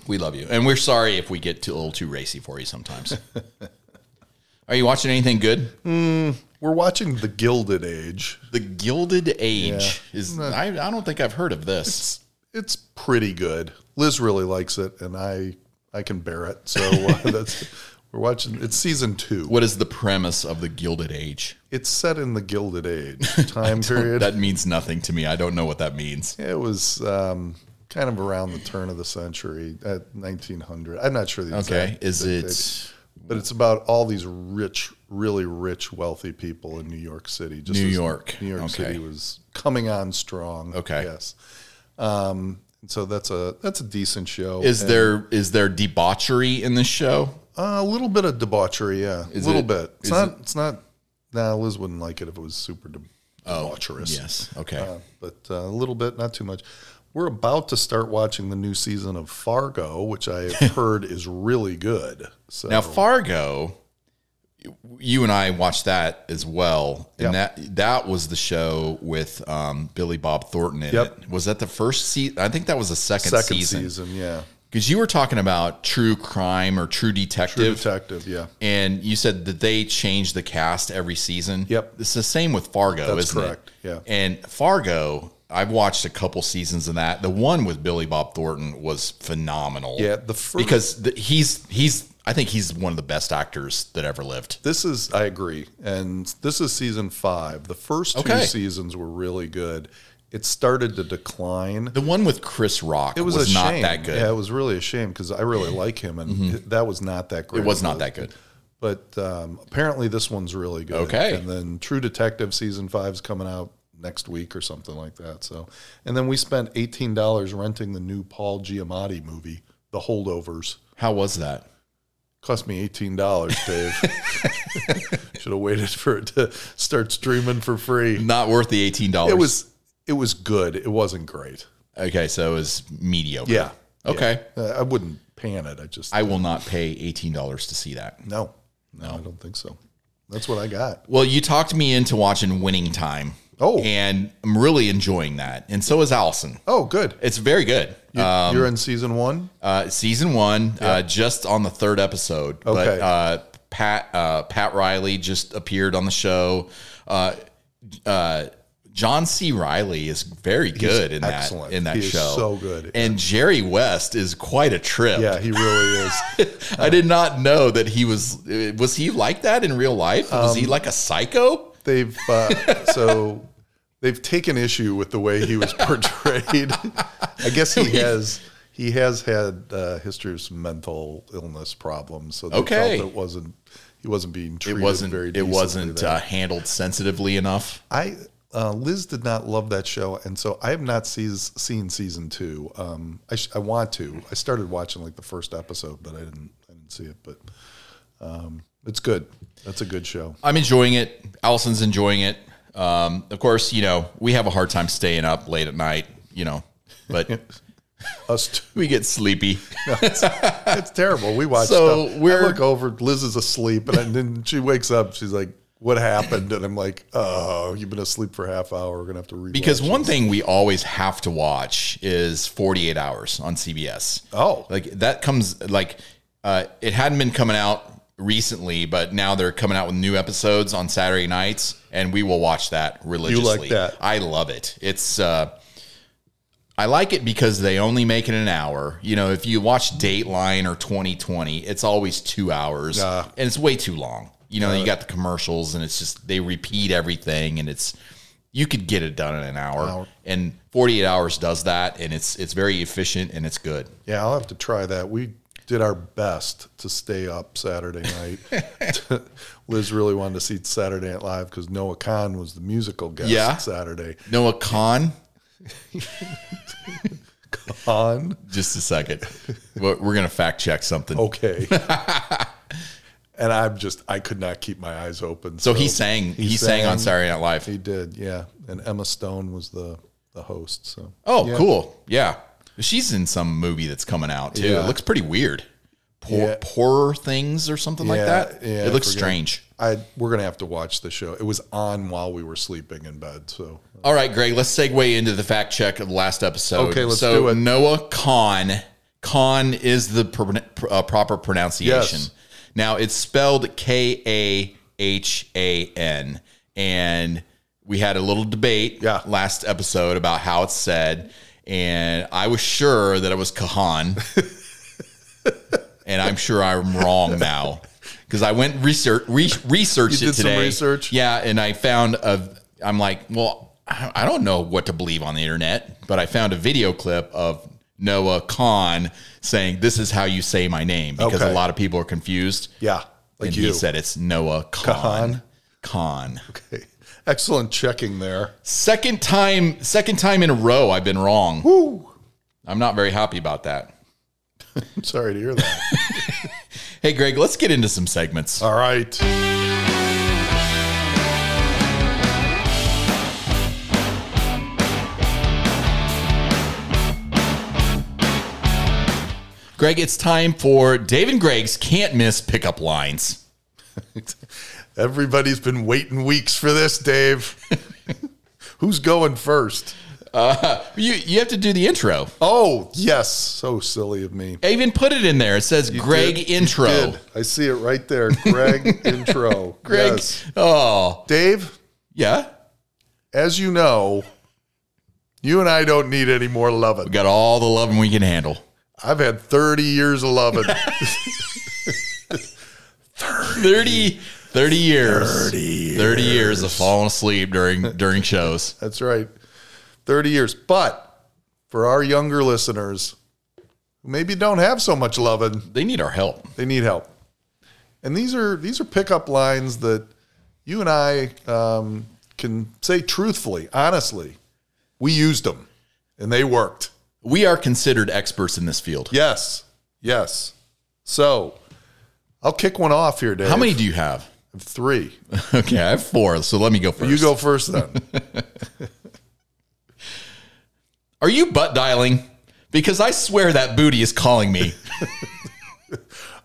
Speaker 1: We love you, and we're sorry if we get too, a little too racy for you sometimes. Are you watching anything good?
Speaker 2: We're watching The Gilded Age.
Speaker 1: The Gilded Age is. I, I don't think I've heard of this.
Speaker 2: It's pretty good. Liz really likes it, and I I can bear it. So uh, that's we're watching. It's season two.
Speaker 1: What is the premise of the Gilded Age?
Speaker 2: It's set in the Gilded Age time period.
Speaker 1: That means nothing to me. I don't know what that means.
Speaker 2: It was um, kind of around the turn of the century, at 1900. I'm not sure the exact,
Speaker 1: Okay, is it
Speaker 2: but it's about all these rich, really rich, wealthy people in New York City. Just
Speaker 1: New
Speaker 2: as
Speaker 1: York?
Speaker 2: New York
Speaker 1: Okay.
Speaker 2: City was coming on strong.
Speaker 1: Okay.
Speaker 2: Yes. Um, so that's a that's a decent show.
Speaker 1: is there is there debauchery in this show?
Speaker 2: Uh, a little bit of debauchery, yeah. A little
Speaker 1: it-
Speaker 2: bit. It's
Speaker 1: is
Speaker 2: not. It's not. Nah, Liz wouldn't like it if it was super de- debaucherous.
Speaker 1: Yes. Okay.
Speaker 2: Uh, but uh, a little bit, not too much. We're about to start watching the new season of Fargo, which I have heard is really good. So
Speaker 1: now Fargo, you and I watched that as well, and that that was the show with um, Billy Bob Thornton in
Speaker 2: Yep.
Speaker 1: it. Was that the first season? I think that was the second,
Speaker 2: second
Speaker 1: season
Speaker 2: season, yeah.
Speaker 1: because you were talking about true crime or true detective.
Speaker 2: Detective, yeah.
Speaker 1: and you said that they change the cast every season.
Speaker 2: Yep.
Speaker 1: It's the same with Fargo,
Speaker 2: That's
Speaker 1: isn't
Speaker 2: correct,
Speaker 1: it?
Speaker 2: yeah.
Speaker 1: And Fargo, I've watched a couple seasons of that. The one with Billy Bob Thornton was phenomenal.
Speaker 2: Yeah, the first
Speaker 1: Because the, he's he's I think he's one of the best actors that ever lived.
Speaker 2: This is, I agree. And this is season five. The first
Speaker 1: Okay.
Speaker 2: two seasons were really good. It started to decline.
Speaker 1: The one with Chris Rock
Speaker 2: It was,
Speaker 1: was,
Speaker 2: a
Speaker 1: not
Speaker 2: shame.
Speaker 1: that good. Mm-hmm.
Speaker 2: Yeah, it was really a shame because I really like him, and it- that was not that great.
Speaker 1: it was not that good.
Speaker 2: But um, apparently, this one's really good.
Speaker 1: Okay.
Speaker 2: And then True Detective season five's coming out next week or something like that. So, and then we spent eighteen dollars renting the new Paul Giamatti movie, The Holdovers.
Speaker 1: How was that?
Speaker 2: Cost me eighteen dollars, Dave. Should have waited for it to start streaming for free.
Speaker 1: Not worth the eighteen dollars.
Speaker 2: It was. It was good. It wasn't great.
Speaker 1: okay, so it was mediocre.
Speaker 2: Yeah.
Speaker 1: Okay.
Speaker 2: Uh, I wouldn't pan it. I just
Speaker 1: I will not pay eighteen dollars to see that.
Speaker 2: No, no, I don't think so. That's what I got.
Speaker 1: Well, you talked me into watching Winning Time.
Speaker 2: Oh.
Speaker 1: and I'm really enjoying that, and so is Allison.
Speaker 2: Oh, good.
Speaker 1: It's very good.
Speaker 2: You, are in season one.
Speaker 1: Uh, season one, uh, just on the third episode. But
Speaker 2: Okay.
Speaker 1: uh, Pat uh, Pat Riley just appeared on the show. Uh, uh, John C. Riley is very good in that
Speaker 2: excellent.
Speaker 1: in that
Speaker 2: He is
Speaker 1: show.
Speaker 2: so good.
Speaker 1: and Jerry West is quite a trip.
Speaker 2: Yeah, he really is.
Speaker 1: I did not know that he was. uh, Was he like that in real life? Was
Speaker 2: Um,
Speaker 1: he like a psycho?
Speaker 2: They've uh, so they've taken issue with the way he was portrayed. I guess he has. He has had a history of some mental illness problems, so they
Speaker 1: Okay.
Speaker 2: felt it wasn't he wasn't being treated
Speaker 1: wasn't
Speaker 2: very.
Speaker 1: it
Speaker 2: decently
Speaker 1: wasn't
Speaker 2: there.
Speaker 1: uh, handled sensitively enough.
Speaker 2: I uh, Liz did not love that show, and so I have not sees, seen season two. Um, I, sh- I want to. I started watching like the first episode, but I didn't. I didn't see it, but um, it's good. That's a good show.
Speaker 1: I'm enjoying it. Allison's enjoying it. Um, of course, you know we have a hard time staying up late at night. You know, but
Speaker 2: Us two,
Speaker 1: we get sleepy.
Speaker 2: it's terrible. We watch.
Speaker 1: So
Speaker 2: stuff.
Speaker 1: we're-
Speaker 2: I look over. Liz is asleep, and, I, then she wakes up. She's like, "What happened?" And I'm like, "Oh, you've been asleep for a half hour. We're gonna have to read."
Speaker 1: Because one thing we always have to watch is 48 Hours on CBS.
Speaker 2: Oh.
Speaker 1: like that comes like uh, it hadn't been coming out recently, but now they're coming out with new episodes on Saturday nights, and we will watch that religiously.
Speaker 2: that?
Speaker 1: I love it. It's uh, I like it because they only make it an hour. You know, if you watch Dateline or 2020, it's always two hours,
Speaker 2: Ah.
Speaker 1: and it's way too long. You know, you got the commercials, and it's just they repeat everything, and it's you could get it done in an hour, and 48 hours does that, and it's it's very efficient and it's good.
Speaker 2: Yeah, I'll have to try that. We did our best to stay up Saturday night. Liz really wanted to see Saturday Night Live because Noah Kahn was the musical guest
Speaker 1: Yeah.
Speaker 2: Saturday.
Speaker 1: Noah Khan,
Speaker 2: On
Speaker 1: just a second, we're, we're gonna fact check something.
Speaker 2: okay. and I'm just I could not keep my eyes open.
Speaker 1: so he sang, he, sang, on Saturday Night Live.
Speaker 2: He did, yeah. And Emma Stone was the the host. So
Speaker 1: Oh,
Speaker 2: Yeah.
Speaker 1: cool. Yeah. She's in some movie that's coming out too.
Speaker 2: Yeah.
Speaker 1: It looks pretty weird. Poor,
Speaker 2: Yeah.
Speaker 1: Poorer things or something like
Speaker 2: Yeah,
Speaker 1: that.
Speaker 2: yeah,
Speaker 1: it
Speaker 2: I
Speaker 1: looks
Speaker 2: forget.
Speaker 1: strange.
Speaker 2: I we're gonna have to watch the show. It was on while we were sleeping in bed. So
Speaker 1: All right, Greg, let's segue into the fact check of the last episode.
Speaker 2: Okay, let's
Speaker 1: so
Speaker 2: do it.
Speaker 1: Noah Kahn Con is the pro- uh, proper pronunciation.
Speaker 2: Yes.
Speaker 1: Now it's spelled K A H A N, and we had a little debate
Speaker 2: Yeah.
Speaker 1: last episode about how it's said, and I was sure that it was Kahan, and I'm sure I'm wrong now because I went research re- researched
Speaker 2: You
Speaker 1: it
Speaker 2: did some
Speaker 1: today.
Speaker 2: research?
Speaker 1: yeah, and I found a. I'm like, well, I I don't know what to believe on the internet, but I found a video clip of Noah Khan saying, "This is how you say my name," because
Speaker 2: Okay.
Speaker 1: a lot of people are confused.
Speaker 2: Yeah, like
Speaker 1: and
Speaker 2: you.
Speaker 1: he said it's Noah Khan. Khan.
Speaker 2: Okay. Excellent checking there.
Speaker 1: Second time, second time in a row, I've been wrong.
Speaker 2: Woo!
Speaker 1: I'm not very happy about that.
Speaker 2: I'm sorry to hear that.
Speaker 1: Hey, Greg, let's get into some segments.
Speaker 2: All right.
Speaker 1: Greg, it's time for Dave and Greg's can't miss pickup lines.
Speaker 2: Everybody's been waiting weeks for this, Dave. Who's going first?
Speaker 1: You you have to do the intro.
Speaker 2: Oh, yes. So silly of me.
Speaker 1: I even put it in there. It says Greg
Speaker 2: Did-
Speaker 1: intro.
Speaker 2: did. I see it right there. Greg intro.
Speaker 1: Greg.
Speaker 2: Yes.
Speaker 1: Oh,
Speaker 2: Dave,
Speaker 1: yeah.
Speaker 2: as you know, you and I don't need any more loving.
Speaker 1: Got all the loving we can handle.
Speaker 2: I've had 30 years of loving.
Speaker 1: 30, 30 years. 30 years. of falling asleep during during shows.
Speaker 2: That's right. 30 years. But for our younger listeners who maybe don't have so much loving,
Speaker 1: They need our help.
Speaker 2: they need help. And these are these are pickup lines that you and I um, can say truthfully, honestly. We used them, and they worked.
Speaker 1: We are considered experts in this field.
Speaker 2: Yes, yes. So I'll kick one off here, Dave.
Speaker 1: How many do you have?
Speaker 2: Three.
Speaker 1: Okay, I have four, so let me go first.
Speaker 2: You go first, then.
Speaker 1: Are you butt dialing? Because I swear that booty is calling me.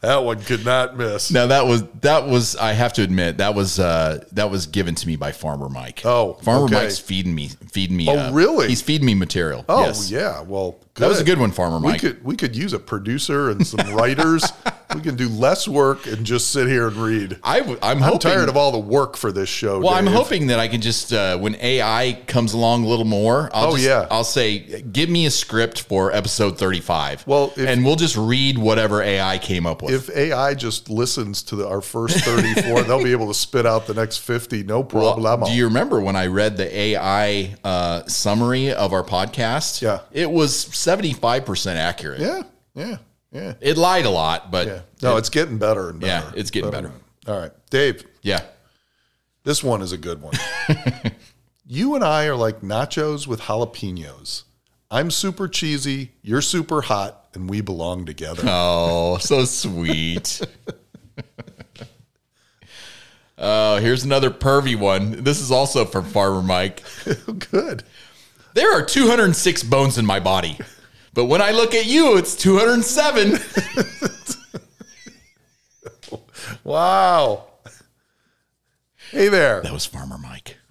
Speaker 2: that one could not miss.
Speaker 1: Now that was that was I have to admit that was uh that was given to me by Farmer Mike.
Speaker 2: Oh,
Speaker 1: Farmer
Speaker 2: okay.
Speaker 1: Mike's feeding me feeding me.
Speaker 2: Oh,
Speaker 1: uh,
Speaker 2: really?
Speaker 1: He's feeding me material.
Speaker 2: Oh
Speaker 1: yes.
Speaker 2: yeah. Well,
Speaker 1: that was a good one, Farmer
Speaker 2: We
Speaker 1: Mike.
Speaker 2: could we could use a producer and some writers. we can do less work and just sit here and read.
Speaker 1: I w- I'm
Speaker 2: I'm
Speaker 1: hoping,
Speaker 2: tired of all the work for this show.
Speaker 1: Well, I'm
Speaker 2: Dave.
Speaker 1: hoping that I can just uh, when AI comes along a little more. I'll
Speaker 2: Oh,
Speaker 1: just,
Speaker 2: yeah.
Speaker 1: I'll say give me a script for episode 35.
Speaker 2: Well, if-
Speaker 1: and we'll just read whatever AI came up with.
Speaker 2: if AI just listens to the, our first 34, they'll be able to spit out the next 50. No problem.
Speaker 1: Do you remember when I read the AI uh, summary of our podcast?
Speaker 2: Yeah.
Speaker 1: it was 75 percent accurate.
Speaker 2: yeah, yeah, yeah,
Speaker 1: It lied a lot, but
Speaker 2: yeah. No, it's getting better and better.
Speaker 1: Yeah, it's getting better.
Speaker 2: All right, Dave.
Speaker 1: yeah.
Speaker 2: This one is a good one. you and I are like nachos with jalapenos. I'm super cheesy, you're super hot, and we belong together.
Speaker 1: Oh, so sweet. Oh, here's another pervy one. This is also from Farmer Mike.
Speaker 2: Good.
Speaker 1: There are 206 bones in my body, but when I look at you, it's 207.
Speaker 2: Wow. Hey there.
Speaker 1: That was Farmer Mike.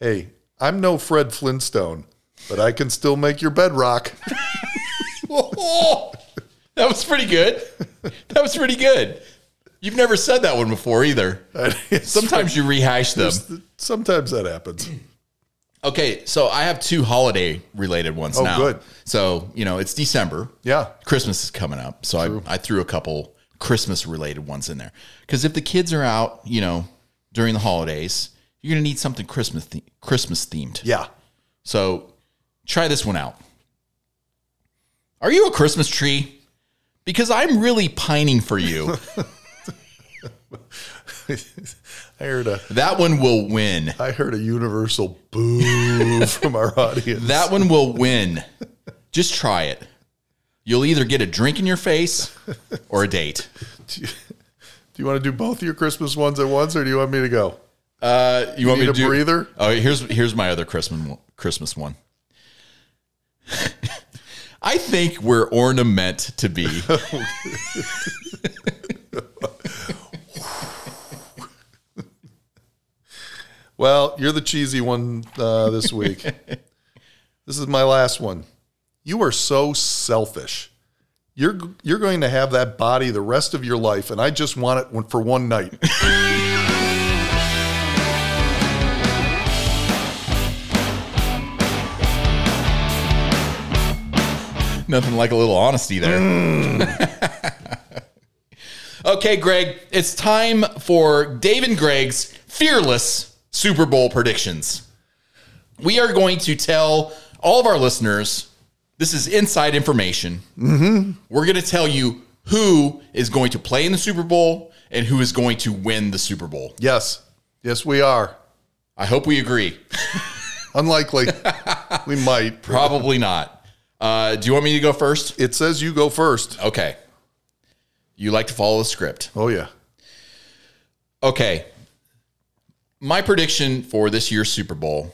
Speaker 2: Hey, I'm no Fred Flintstone, but I can still make your bed rock.
Speaker 1: Oh, that was pretty good. That was pretty good. You've never said that one before either. Sometimes you rehash them.
Speaker 2: Sometimes that happens.
Speaker 1: Okay, so I have two holiday related ones now.
Speaker 2: good.
Speaker 1: So, you know, it's December.
Speaker 2: Yeah.
Speaker 1: Christmas is coming up. So I, I threw a couple Christmas related ones in there. Because if the kids are out, you know, during the holidays, you're going to need something Christmas, the- Christmas themed.
Speaker 2: Yeah.
Speaker 1: So try this one out. Are you a Christmas tree? Because I'm really pining for you.
Speaker 2: I heard a
Speaker 1: that one will win.
Speaker 2: I heard a universal boo from our audience.
Speaker 1: That one will win. Just try it. You'll either get a drink in your face or a date.
Speaker 2: do you, do you want to do both of your Christmas ones at once, or do you want me to go?
Speaker 1: Uh, you want
Speaker 2: Need
Speaker 1: me to
Speaker 2: a
Speaker 1: do
Speaker 2: breather?
Speaker 1: Oh, here's here's my other Christmas Christmas one. I think we're ornament to be.
Speaker 2: Well, you're the cheesy one uh, this week. this is my last one. You are so selfish. You're you're going to have that body the rest of your life, and I just want it one- for one night.
Speaker 1: Nothing like a little honesty there. okay, Greg, it's time for Dave and Greg's fearless Super Bowl predictions. We are going to tell all of our listeners this is inside information. Mm-hmm. We're going to tell you who is going to play in the Super Bowl and who is going to win the Super Bowl.
Speaker 2: yes, yes, we are.
Speaker 1: I hope we agree.
Speaker 2: Unlikely, we might.
Speaker 1: Probably not. Uh, do you want me to go first?
Speaker 2: It says you go first.
Speaker 1: Okay. You like to follow the script.
Speaker 2: Oh yeah,
Speaker 1: Okay. My prediction for this year's Super Bowl.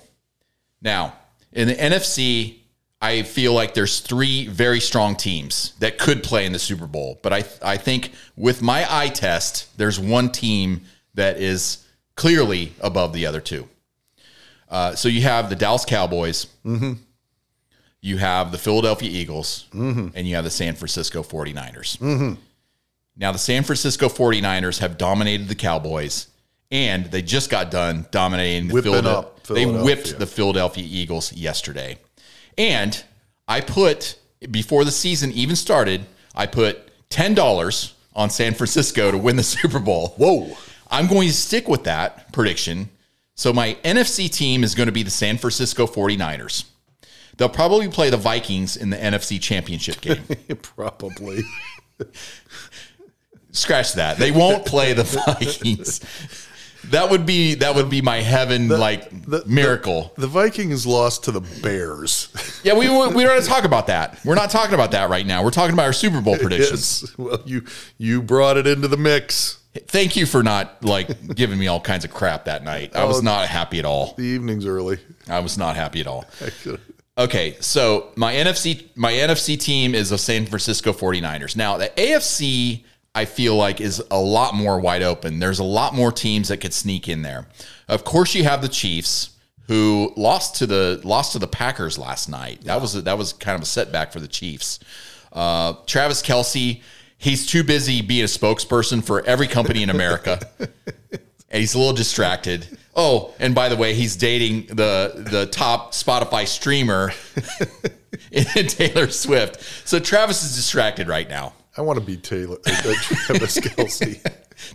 Speaker 1: Now, in the NFC, I feel like there's three very strong teams that could play in the Super Bowl, but I I think with my eye test, there's one team that is clearly above the other two. Uh, so you have the Dallas Cowboys, you have the Philadelphia Eagles, mm-hmm. and you have the San Francisco 49ers.
Speaker 2: Mm-hmm.
Speaker 1: Now, the San Francisco 49ers have dominated the Cowboys, and they just got done dominating the
Speaker 2: Whipping
Speaker 1: Philadelphia.
Speaker 2: up
Speaker 1: They whipped
Speaker 2: Philadelphia.
Speaker 1: the Philadelphia Eagles yesterday. And I put, before the season even started, I put $10 on San Francisco to win the Super Bowl.
Speaker 2: Whoa.
Speaker 1: I'm going to stick with that prediction. So my NFC team is going to be the San Francisco 49ers. They'll probably play the Vikings in the NFC Championship game.
Speaker 2: probably.
Speaker 1: Scratch that. They won't play the Vikings. That would be that would be my heaven like
Speaker 2: the- the-
Speaker 1: miracle.
Speaker 2: The Vikings lost to the Bears.
Speaker 1: yeah, we we don't have to talk about that. We're not talking about that right now. We're talking about our Super Bowl predictions.
Speaker 2: yes. Well, you you brought it into the mix.
Speaker 1: Thank you for not like giving me all kinds of crap that night.
Speaker 2: Oh.
Speaker 1: I was not happy at all.
Speaker 2: The evening's early.
Speaker 1: I was not happy at all. Okay, so my NFC my NFC team is the San Francisco 49ers. Now, the AFC I feel like is a lot more wide open. There's a lot more teams that could sneak in there. Of course, you have the Chiefs who lost to the lost to the Packers last night. That was a, that was kind of a setback for the Chiefs. Uh, Travis Kelsey, he's too busy being a spokesperson for every company in America and he's a little distracted. Oh, and by the way, he's dating the the top Spotify streamer, Taylor Swift. So Travis is distracted right now.
Speaker 2: I want to be Taylor uh, Travis Kelsey.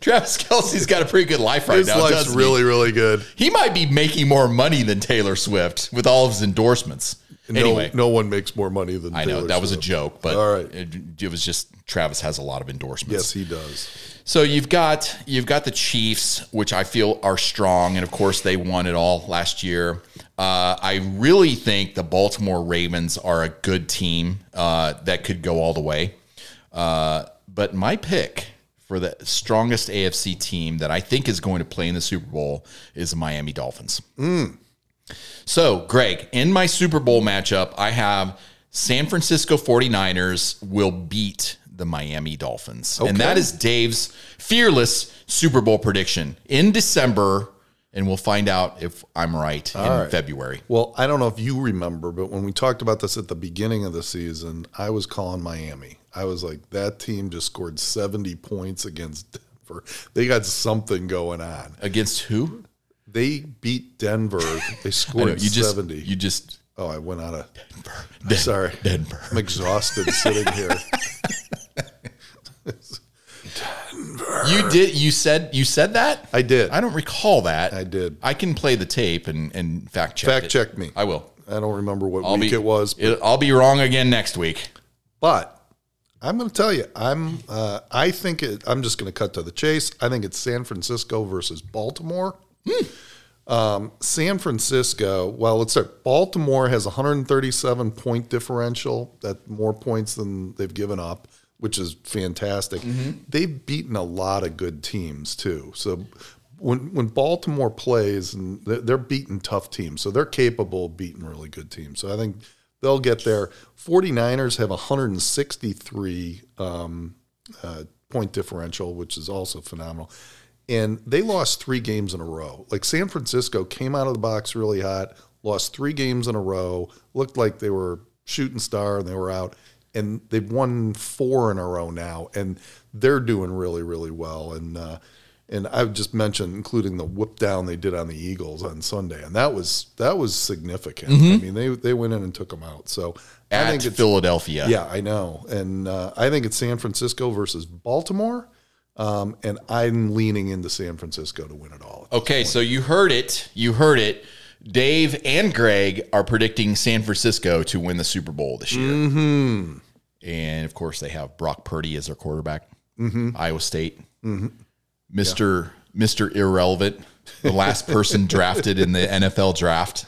Speaker 1: Travis Kelsey's got a pretty good life right
Speaker 2: His
Speaker 1: now.
Speaker 2: life's
Speaker 1: doesn't he?
Speaker 2: really, really good.
Speaker 1: He might be making more money than Taylor Swift with all of his endorsements.
Speaker 2: No,
Speaker 1: anyway,
Speaker 2: no one makes more money than
Speaker 1: I
Speaker 2: Taylor
Speaker 1: know that was a
Speaker 2: Swift.
Speaker 1: joke, but
Speaker 2: All right.
Speaker 1: it, it was just Travis has a lot of endorsements.
Speaker 2: Yes, he does.
Speaker 1: So you've got you've got the Chiefs, which I feel are strong, and of course they won it all last year. Uh, I really think the Baltimore Ravens are a good team uh, that could go all the way. Uh, but my pick for the strongest AFC team that I think is going to play in the Super Bowl is the Miami Dolphins.
Speaker 2: Mm.
Speaker 1: So, Greg, in my Super Bowl matchup, I have San Francisco 49ers will beat the Miami Dolphins. And that is Dave's fearless Super Bowl prediction in December. And we'll find out if I'm right in February.
Speaker 2: Well, I don't know if you remember, but when we talked about this at the beginning of the season, I was calling Miami. I was like, that team just scored 70 points against Denver. They got something going on.
Speaker 1: Against who?
Speaker 2: They beat Denver. They
Speaker 1: I know,
Speaker 2: scored
Speaker 1: you just
Speaker 2: 70.
Speaker 1: you just
Speaker 2: oh, I went out of.
Speaker 1: Den-
Speaker 2: Sorry.
Speaker 1: Denver.
Speaker 2: I'm exhausted sitting here.
Speaker 1: You did you said you said that?
Speaker 2: I did.
Speaker 1: I don't recall that.
Speaker 2: I did.
Speaker 1: I can play the tape and, and fact check.
Speaker 2: Fact
Speaker 1: it.
Speaker 2: check me.
Speaker 1: I will.
Speaker 2: I don't remember what
Speaker 1: I'll
Speaker 2: week
Speaker 1: be
Speaker 2: it was,
Speaker 1: it- I'll be wrong again next week.
Speaker 2: But I'm going to tell you, I'm uh, I think it, I'm just going to cut to the chase. I think it's San Francisco versus Baltimore. Um, San Francisco. Well, let's start. Baltimore has 137 point differential. That more points than they've given up, which is fantastic. They've beaten a lot of good teams too. So. When, when Baltimore plays and they're, they're beating tough teams, so they're capable of beating really good teams. So I think they'll get there. 49ers have 163 um, uh, point differential, which is also phenomenal. And they lost three games in a row. Like San Francisco came out of the box really hot, lost three games in a row, looked like they were shooting star and they were out. and they've won four in a row now, and they're doing really, really well. And uh, and I would just mention, including the whip down they did on the Eagles on Sunday, and that was that was significant. I mean, they they went in and took them out. So I
Speaker 1: At
Speaker 2: think it's
Speaker 1: Philadelphia.
Speaker 2: yeah, I know, and uh, I think it's San Francisco versus Baltimore, um, and I'm leaning into San Francisco to win it all.
Speaker 1: Okay, so you heard it. You heard it. Dave and Greg are predicting San Francisco to win the Super Bowl this year. Mm-hmm. And of course, they have Brock Purdy as their quarterback. Mm-hmm. Iowa State. Mm-hmm. Mr. Mr. Irrelevant, the last person drafted in the NFL draft.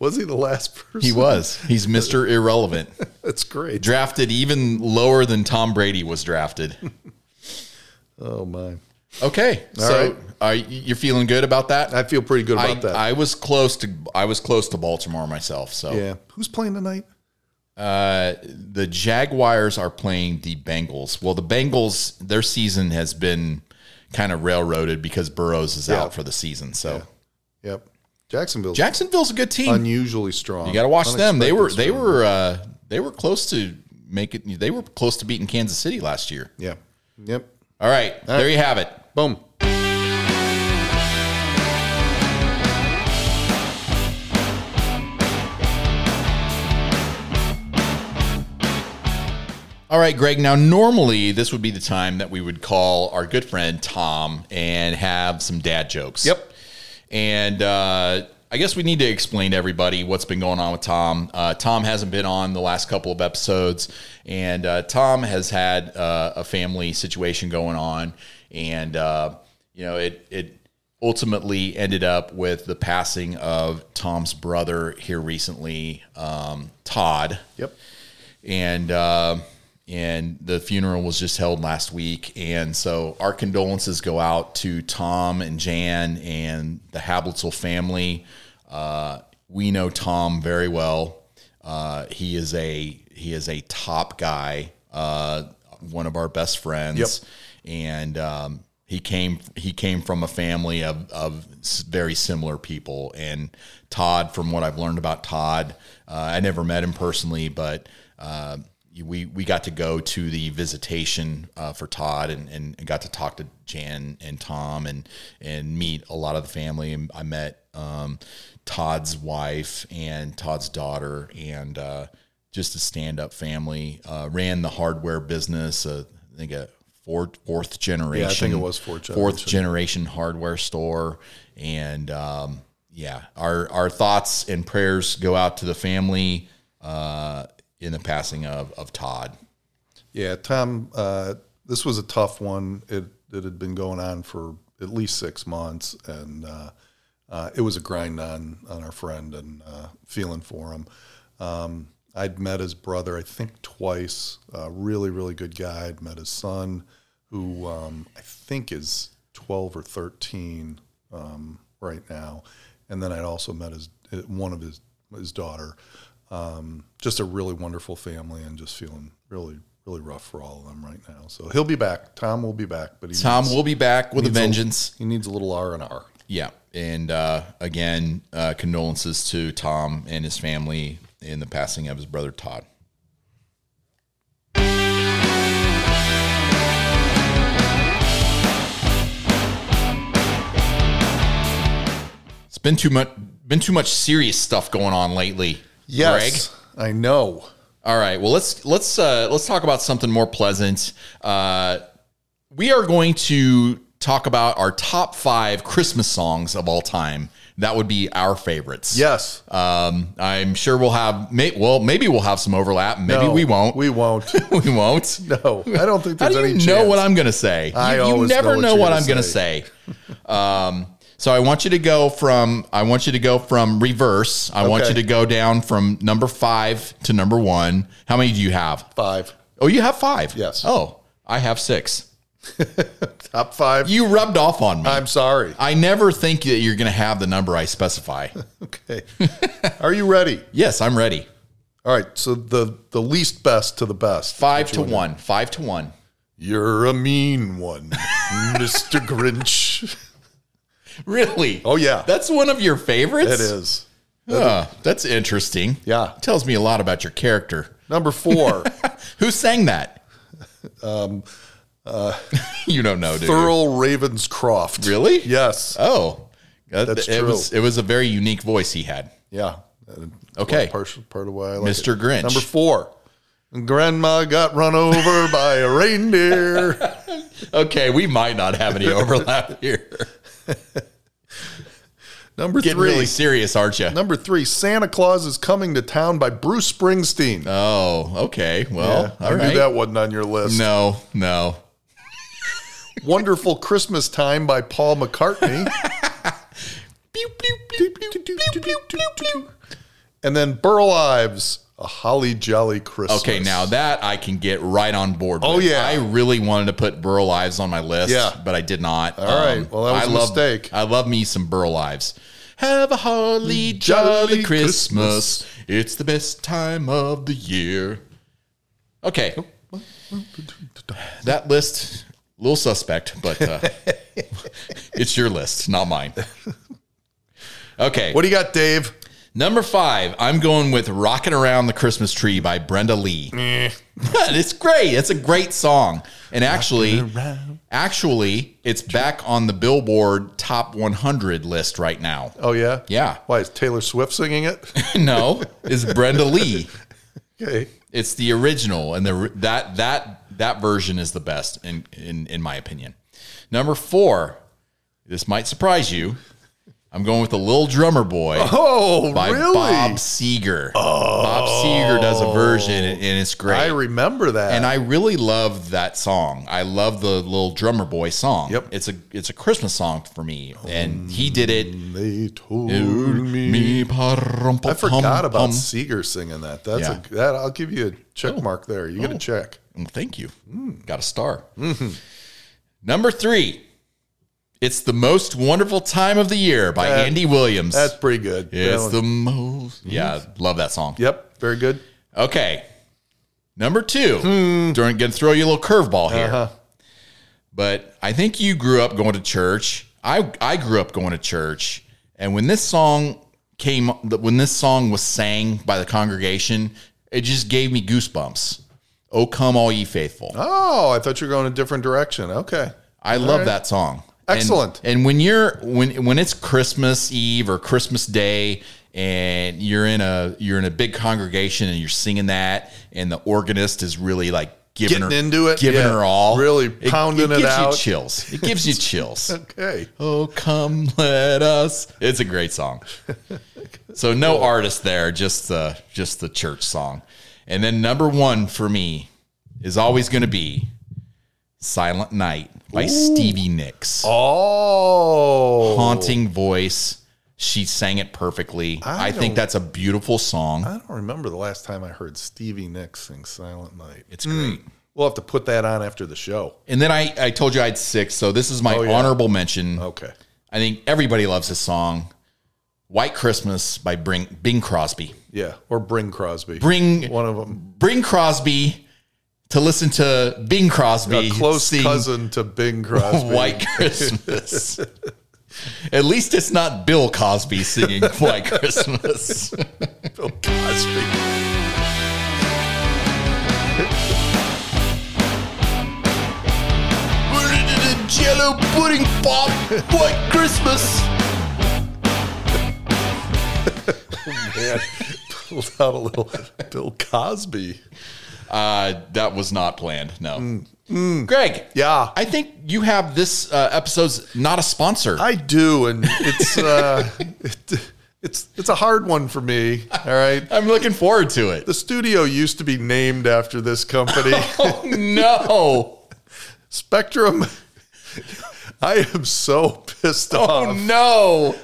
Speaker 2: was he the last person?
Speaker 1: He was. He's Mr. Irrelevant.
Speaker 2: That's great.
Speaker 1: Drafted even lower than Tom Brady was drafted.
Speaker 2: Oh my,
Speaker 1: Okay. so
Speaker 2: right.
Speaker 1: are you- you're feeling good about that?
Speaker 2: I feel pretty good
Speaker 1: I,
Speaker 2: about that.
Speaker 1: I was close to I was close to Baltimore myself. So
Speaker 2: yeah, who's playing tonight?
Speaker 1: uh, the Jaguars are playing the Bengals. Well, the Bengals their season has been kind of railroaded because Burrows is out for the season. So
Speaker 2: Yep, Jacksonville's
Speaker 1: Jacksonville's a good team.
Speaker 2: unusually strong.
Speaker 1: you got to watch them. They were they
Speaker 2: Unexpected
Speaker 1: were uh, they were close to make it. They were close to beating Kansas City last year.
Speaker 2: strong. yeah, yep.
Speaker 1: All right, there you have it.
Speaker 2: Boom.
Speaker 1: All right, Greg. Now, normally this would be the time that we would call our good friend Tom and have some dad jokes.
Speaker 2: Yep.
Speaker 1: And uh, I guess we need to explain to everybody what's been going on with Tom. Uh, Tom hasn't been on the last couple of episodes, and uh, Tom has had uh, a family situation going on, and uh, you know it it ultimately ended up with the passing of Tom's brother here recently, um, Todd
Speaker 2: Yep.
Speaker 1: and uh, and the funeral was just held last week. And so our condolences go out to Tom and Jan and the Hablitzel family. Uh, we know Tom very well. Uh, he is a he is a top guy, uh, one of our best friends,
Speaker 2: Yep.
Speaker 1: and um, he came he came from a family of of s- very similar people. And Todd, from what I've learned about Todd, uh, I never met him personally, but uh, we we got to go to the visitation uh, for Todd and, and got to talk to Jan and Tom and and meet a lot of the family. And I met um, Todd's wife and Todd's daughter and. Uh, just a stand-up family. Uh, ran the hardware business. Uh, I think a fourth fourth generation.
Speaker 2: was fourth
Speaker 1: fourth generation hardware store. And um, yeah, our our thoughts and prayers go out to the family uh, in the passing of of Todd.
Speaker 2: Yeah, Tom, uh, this was a tough one. It, it had been going on for at least six months, and uh, uh, it was a grind on on our friend and uh, feeling for him. Um, I'd met his brother, I think, twice. Uh, really, really good guy. I'd met his son, who um, I think is 12 or 13 um, right now. And then I'd also met his one of his his daughter um, just a really wonderful family and just feeling really really rough for all of them right now so he'll be back tom will be back but he
Speaker 1: Tom
Speaker 2: needs,
Speaker 1: will be back with a
Speaker 2: needs a-
Speaker 1: vengeance.
Speaker 2: he needs a little r&r
Speaker 1: Yeah, and uh, again, uh, condolences to Tom and his family in the passing of his brother Todd. It's been too much. Been too much serious stuff going on lately.
Speaker 2: yes i know
Speaker 1: All right. Well, let's let's uh, let's talk about something more pleasant. Uh, we are going to talk about our top five Christmas songs of all time. That would be our favorites.
Speaker 2: yes
Speaker 1: Um, I'm sure we'll have. May, well, maybe we'll have some overlap. Maybe we won't. We,
Speaker 2: we won't
Speaker 1: won't.
Speaker 2: no i don't think
Speaker 1: How
Speaker 2: there's
Speaker 1: do
Speaker 2: any
Speaker 1: you know
Speaker 2: chance.
Speaker 1: what I'm going to say?
Speaker 2: I
Speaker 1: you, you
Speaker 2: always know
Speaker 1: never
Speaker 2: what
Speaker 1: know
Speaker 2: you're
Speaker 1: what,
Speaker 2: gonna
Speaker 1: I'm going to say. um, so I want you to go from I want you to go from reverse. I want
Speaker 2: Okay.
Speaker 1: you to go down from number five to number one. How many do you have?
Speaker 2: five
Speaker 1: Oh, you have five.
Speaker 2: Yes.
Speaker 1: Oh, I have six.
Speaker 2: top five
Speaker 1: You rubbed off on me.
Speaker 2: i'm sorry
Speaker 1: I never think that you're going to have the number I specify.
Speaker 2: okay are you ready
Speaker 1: yes, I'm ready.
Speaker 2: all right so the the least best to the best
Speaker 1: Five to one. Five to one.
Speaker 2: you're a mean one mr grinch
Speaker 1: Really?
Speaker 2: oh yeah
Speaker 1: That's one of your favorites.
Speaker 2: it is
Speaker 1: Huh, that's interesting.
Speaker 2: Yeah.
Speaker 1: Tells me a lot about your character.
Speaker 2: Number four,
Speaker 1: Who sang that?
Speaker 2: Um, uh,
Speaker 1: you don't know, dude.
Speaker 2: Thurl Ravenscroft.
Speaker 1: Really?
Speaker 2: Yes.
Speaker 1: Oh, Uh,
Speaker 2: That's
Speaker 1: it
Speaker 2: true.
Speaker 1: was it was a very unique voice he had.
Speaker 2: Yeah. Uh,
Speaker 1: Okay.
Speaker 2: Part, part of why I like
Speaker 1: Mr.
Speaker 2: it.
Speaker 1: Grinch.
Speaker 2: Number four. Grandma got run over by a reindeer.
Speaker 1: Okay, we might not have any overlap here.
Speaker 2: Number
Speaker 1: Getting
Speaker 2: three.
Speaker 1: really serious, aren't you?
Speaker 2: Number three. Santa Claus is coming to town by Bruce Springsteen.
Speaker 1: Oh, okay. Well,
Speaker 2: I
Speaker 1: all
Speaker 2: knew
Speaker 1: right.
Speaker 2: that wasn't on your list.
Speaker 1: No, no.
Speaker 2: Wonderful Christmas Time by Paul McCartney. and then Burl Ives, A Holly Jolly Christmas.
Speaker 1: Okay, now that I can get right on board.
Speaker 2: Oh,
Speaker 1: with.
Speaker 2: yeah.
Speaker 1: I really wanted to put Burl Ives on my list.
Speaker 2: Yeah.
Speaker 1: but I did not. All
Speaker 2: right, well, that was
Speaker 1: I
Speaker 2: a
Speaker 1: love,
Speaker 2: mistake.
Speaker 1: I love me some Burl Ives. Have a holly jolly
Speaker 2: Mm, Jolly
Speaker 1: Christmas. It's the best time of the year. Okay,
Speaker 2: Oh.
Speaker 1: that list little suspect, but uh, it's your list, not mine. Okay,
Speaker 2: What do you got, Dave?
Speaker 1: Number five, I'm going with Rockin' Around the Christmas Tree by Brenda Lee. it's great. It's a great song. And actually, actually, it's back on the Billboard Top 100 list right now.
Speaker 2: Oh, yeah?
Speaker 1: Yeah.
Speaker 2: Why is Taylor Swift singing it?
Speaker 1: no, it's Brenda Lee.
Speaker 2: Okay.
Speaker 1: It's the original, and the that that that version is the best in in in my opinion. Number four, this might surprise you. I'm going with the Little Drummer Boy.
Speaker 2: Oh,
Speaker 1: by
Speaker 2: really?
Speaker 1: Bob Seger. Bob Seger does a version, and, and it's great.
Speaker 2: I remember that.
Speaker 1: and I really love that song. I love the little drummer boy song.
Speaker 2: Yep.
Speaker 1: it's a it's a Christmas song for me, and he did it.
Speaker 2: they told me.
Speaker 1: Me pa-rum-pum-pum-pum.
Speaker 2: I forgot about Seeger singing that. That's
Speaker 1: Yeah. Oh.
Speaker 2: a, that. I'll give you a check mark there. You get a check.
Speaker 1: Mm, Thank you.
Speaker 2: hmm.
Speaker 1: Got a star.
Speaker 2: Mm-hmm.
Speaker 1: Number three. It's the most wonderful time of the year by Andy Williams.
Speaker 2: That's Mm-hmm. pretty good. That
Speaker 1: it's
Speaker 2: one-
Speaker 1: the most. Yeah, love that song.
Speaker 2: yep, very good.
Speaker 1: Okay. Number two, during gonna throw you a little curveball here. But I think you grew up going to church. I I grew up going to church, and when this song came, when this song was sang by the congregation, it just gave me goosebumps. Oh, come all ye faithful!
Speaker 2: Oh, I thought you were going a different direction. Okay.
Speaker 1: I love that song. And-
Speaker 2: Excellent.
Speaker 1: And, when you're when when it's Christmas Eve or Christmas Day and you're in a you're in a big congregation and you're singing that and the organist is really like giving
Speaker 2: Getting
Speaker 1: her,
Speaker 2: into it?
Speaker 1: giving
Speaker 2: Yeah.
Speaker 1: her all,
Speaker 2: Really pounding it
Speaker 1: gives
Speaker 2: out.
Speaker 1: You chills. It gives you chills.
Speaker 2: Okay.
Speaker 1: oh, come let us. It's a great song. So no artist there, just the just the church song. And then number one for me is always going to be "Silent Night" by Stevie Nicks
Speaker 2: Oh.
Speaker 1: haunting voice. She sang it perfectly. I,
Speaker 2: I
Speaker 1: think
Speaker 2: don't-
Speaker 1: that's a beautiful song.
Speaker 2: I don't remember the last time I heard Stevie Nicks sing Silent Night.
Speaker 1: it's great.
Speaker 2: We'll have to put that on after the show.
Speaker 1: And then I, I told you I had six, so this is my
Speaker 2: Oh, yeah. Oh.
Speaker 1: honorable mention.
Speaker 2: Okay.
Speaker 1: I think everybody loves this song. White Christmas by Bring Bing Crosby.
Speaker 2: Yeah. Or Bring Crosby.
Speaker 1: Bring
Speaker 2: one of them.
Speaker 1: Bring Crosby to listen to Bing Crosby.
Speaker 2: A close
Speaker 1: sing
Speaker 2: cousin to Bing Crosby.
Speaker 1: White Christmas. At least it's not Bill Cosby singing White Christmas.
Speaker 2: Bill Cosby.
Speaker 1: Put it in a jello pudding pop. White Christmas.
Speaker 2: Man, pulled out a little Bill Cosby.
Speaker 1: Uh, that was not planned. No.
Speaker 2: Mm,
Speaker 1: Greg.
Speaker 2: Yeah.
Speaker 1: I think you have this uh, episode's not a sponsor.
Speaker 2: I do, and it's uh, it, it's it's a hard one for me. All right,
Speaker 1: I'm looking forward to it.
Speaker 2: the studio used to be named after this company,
Speaker 1: Oh no!
Speaker 2: Spectrum. I am so pissed
Speaker 1: Oh
Speaker 2: off.
Speaker 1: no!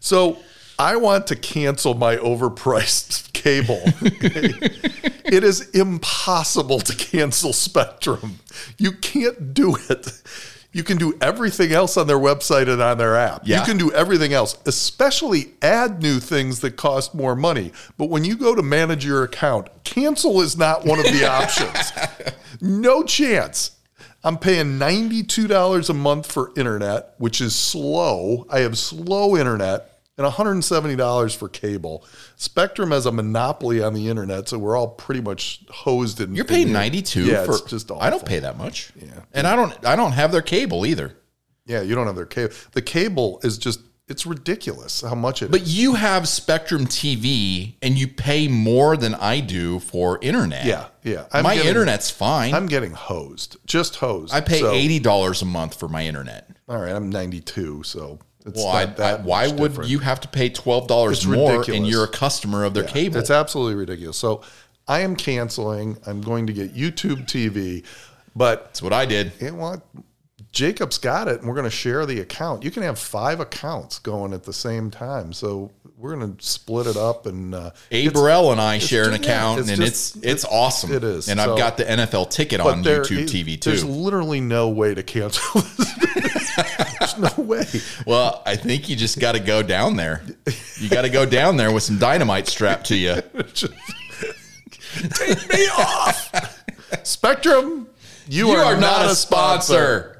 Speaker 2: So I want to cancel my overpriced cable. it is impossible to cancel Spectrum. You can't do it. You can do everything else on their website and on their app.
Speaker 1: Yeah.
Speaker 2: You can do everything else, especially add new things that cost more money. But when you go to manage your account, cancel is not one of the options. No chance. I'm paying $92 a month for internet, which is slow. I have slow internet. and $170 for cable. Spectrum has a monopoly on the internet, so we're all pretty much hosed. And
Speaker 1: You're paying
Speaker 2: and-
Speaker 1: ninety two
Speaker 2: Yeah,
Speaker 1: for
Speaker 2: it's just awful.
Speaker 1: I don't pay that much.
Speaker 2: Yeah.
Speaker 1: And I don't I don't have their cable either.
Speaker 2: Yeah, you don't have their cable. The cable is just it's ridiculous how much it.
Speaker 1: But you have Spectrum TV and you pay more than I do for internet.
Speaker 2: yeah, yeah, I'm
Speaker 1: my
Speaker 2: getting,
Speaker 1: internet's fine. i
Speaker 2: I'm getting hosed, just hosed.
Speaker 1: pay
Speaker 2: So-
Speaker 1: eighty dollars a month for my internet.
Speaker 2: All right, I'm 92, so it's
Speaker 1: Well, I,
Speaker 2: not that
Speaker 1: I- why
Speaker 2: much
Speaker 1: would
Speaker 2: different.
Speaker 1: you have to pay twelve dollars
Speaker 2: It's
Speaker 1: more and
Speaker 2: ridiculous.
Speaker 1: you're a customer of their cable?
Speaker 2: It's absolutely ridiculous. So I am canceling. I'm going to get YouTube TV, but
Speaker 1: That's what I did.
Speaker 2: it want Jacob's got it, and we're going to share the account. You can have five accounts going at the same time, so we're going to split it up and uh,
Speaker 1: Abe
Speaker 2: it's-
Speaker 1: Burrell and I share an
Speaker 2: just-
Speaker 1: account,
Speaker 2: it's
Speaker 1: and
Speaker 2: just-
Speaker 1: it's it's awesome.
Speaker 2: it is.
Speaker 1: and
Speaker 2: So-
Speaker 1: I've got the NFL ticket
Speaker 2: but
Speaker 1: on
Speaker 2: there
Speaker 1: YouTube
Speaker 2: is-
Speaker 1: TV
Speaker 2: There's
Speaker 1: too.
Speaker 2: literally no way to cancel this. there's no way.
Speaker 1: Well, I think you just got to go down there. You got to go down there with some dynamite strapped to you.
Speaker 2: Just- Take me off, Spectrum. You,
Speaker 1: You are not a sponsor.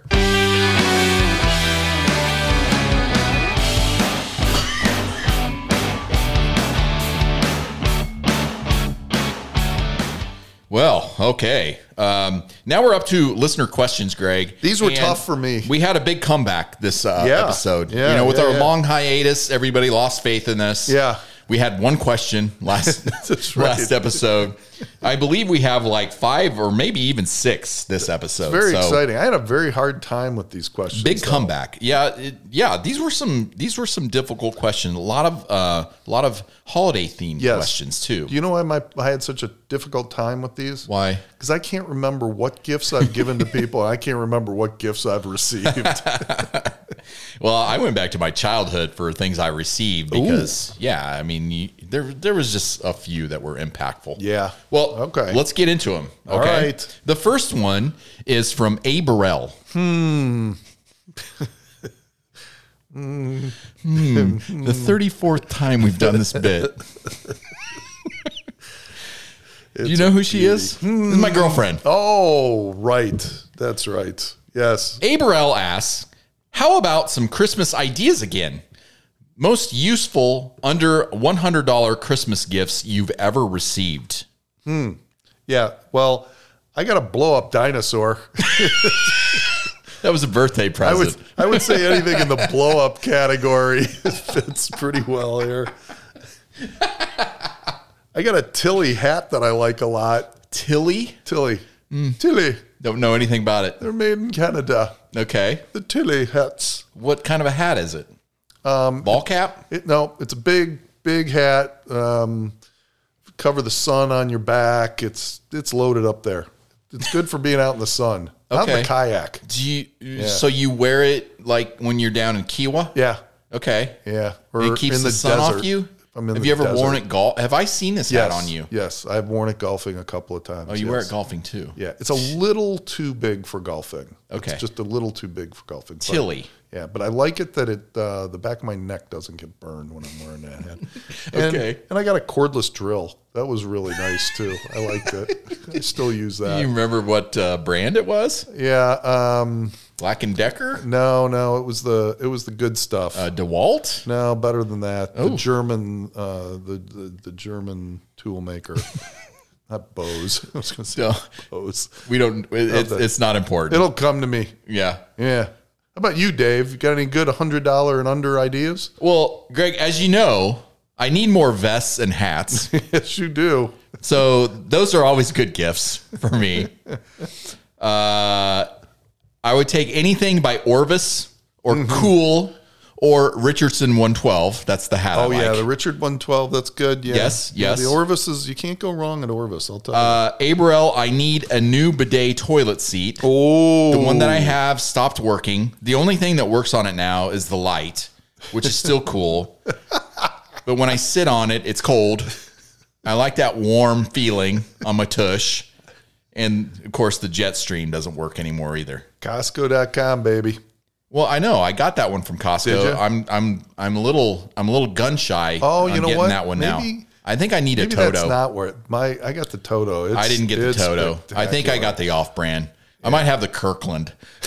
Speaker 1: Well, okay. Um, now we're up to listener questions, Greg.
Speaker 2: These were
Speaker 1: And
Speaker 2: tough for me.
Speaker 1: We had a big comeback this uh,
Speaker 2: Yeah.
Speaker 1: episode.
Speaker 2: Yeah,
Speaker 1: you know, with
Speaker 2: yeah,
Speaker 1: our
Speaker 2: yeah.
Speaker 1: long hiatus, everybody lost faith in us.
Speaker 2: Yeah.
Speaker 1: We had one question last
Speaker 2: That's right.
Speaker 1: last episode. I believe we have like five or maybe even six this episode.
Speaker 2: Very
Speaker 1: So,
Speaker 2: exciting. I had a very hard time with these questions.
Speaker 1: Big comeback. Yeah, it, yeah. These were some these were some difficult questions. A lot of uh, a lot of holiday themed
Speaker 2: Yes.
Speaker 1: questions too.
Speaker 2: Do you know why my I had such a difficult time with these?
Speaker 1: Why?
Speaker 2: Because I can't remember what gifts I've given to people. and I can't remember what gifts I've received.
Speaker 1: Well, I went back to my childhood for things I received because, yeah, I mean, you, there there was just a few that were impactful.
Speaker 2: Yeah.
Speaker 1: Well,
Speaker 2: Okay.
Speaker 1: okay. Let's get into them. Okay.
Speaker 2: All right.
Speaker 1: The first one is from A. Burrell. Hmm. hmm. The thirty fourth time we've done this bit. Do you know who she is? This
Speaker 2: Hmm.
Speaker 1: is my girlfriend.
Speaker 2: oh, right. That's right. Yes.
Speaker 1: Aberell asks, "How about some Christmas ideas again? Most useful under one hundred dollar Christmas gifts you've ever received."
Speaker 2: Yeah. Well, I got a blow up dinosaur.
Speaker 1: That was a birthday
Speaker 2: I
Speaker 1: present.
Speaker 2: would I would say anything in the blow up category fits pretty well here. I got a Tilly hat that I like a lot.
Speaker 1: Tilly Hmm.
Speaker 2: Tilly. Tilly.
Speaker 1: don't know anything about it.
Speaker 2: They're made in Canada.
Speaker 1: Okay,
Speaker 2: The Tilly hats.
Speaker 1: what kind of a hat is it? Um, Ball cap.
Speaker 2: It, no, it's a big, big hat. Um, cover the sun on your back. It's it's loaded up there. It's good for being out in the sun. Not in
Speaker 1: Okay.
Speaker 2: the kayak.
Speaker 1: Do you? So you wear it like when you're down in Kiowa?
Speaker 2: Yeah,
Speaker 1: Okay.
Speaker 2: yeah. Or
Speaker 1: It keeps the, sun off you.
Speaker 2: If I'm in
Speaker 1: Have
Speaker 2: the
Speaker 1: you ever
Speaker 2: desert.
Speaker 1: worn it golf? Have I seen this
Speaker 2: Yes,
Speaker 1: hat on you?
Speaker 2: Yes, I've worn it golfing a couple of times.
Speaker 1: Oh, you wear it
Speaker 2: yes.
Speaker 1: golfing too.
Speaker 2: Yeah, it's a little too big for golfing.
Speaker 1: Okay.
Speaker 2: it's just a little too big for golfing. But-
Speaker 1: Tilly.
Speaker 2: Yeah, but I like it that it uh, the back of my neck doesn't get burned when I'm wearing that hat. And,
Speaker 1: Okay.
Speaker 2: And I got a cordless drill. That was really nice too. I liked it. I still use
Speaker 1: Do you
Speaker 2: that.
Speaker 1: remember what uh, brand it was?
Speaker 2: Yeah. Um,
Speaker 1: Black and Decker.
Speaker 2: no, no, it was the it was the good stuff.
Speaker 1: Uh, oh. DeWalt?
Speaker 2: no, better than that. The German uh, the, the the German tool maker. Not Bose. I was going to say
Speaker 1: No.
Speaker 2: Bose.
Speaker 1: We don't. It, it's
Speaker 2: the-
Speaker 1: it's not important.
Speaker 2: It'll come to me.
Speaker 1: yeah.
Speaker 2: Yeah. How about you, Dave? You got any good hundred dollar and under ideas?
Speaker 1: Well, Greg, as you know, I need more vests and hats,
Speaker 2: yes, you do.
Speaker 1: so those are always good gifts for me. Uh, I would take anything by Orvis or
Speaker 2: Mm-hmm.
Speaker 1: Cool or Richardson One Twelve. That's the hat.
Speaker 2: Oh
Speaker 1: I
Speaker 2: yeah,
Speaker 1: like.
Speaker 2: the Richard 112. That's good. Yeah.
Speaker 1: Yes,
Speaker 2: Yeah,
Speaker 1: yes.
Speaker 2: the Orvis is you can't go wrong at Orvis. I'll tell
Speaker 1: Uh, Abrel, I need a new bidet toilet seat.
Speaker 2: you. Oh,
Speaker 1: The one that I have stopped working. The only thing that works on it now is the light, which is still cool. but when I sit on it, it's cold. I like that warm feeling on my tush. And of course, the jet stream doesn't work anymore either.
Speaker 2: Costco.com, baby.
Speaker 1: Well, I know I got that one from
Speaker 2: Did ya?
Speaker 1: Costco. I'm I'm I'm a little I'm a little gun shy.
Speaker 2: Oh,
Speaker 1: on
Speaker 2: you know
Speaker 1: getting
Speaker 2: what?
Speaker 1: That one now.
Speaker 2: Maybe-
Speaker 1: I think I need a
Speaker 2: Maybe
Speaker 1: Toto.
Speaker 2: that's not where it, my I got the Toto. It's,
Speaker 1: I didn't get the
Speaker 2: it's
Speaker 1: Toto. I think I
Speaker 2: spectacular.
Speaker 1: got the off brand. I might have the Kirkland.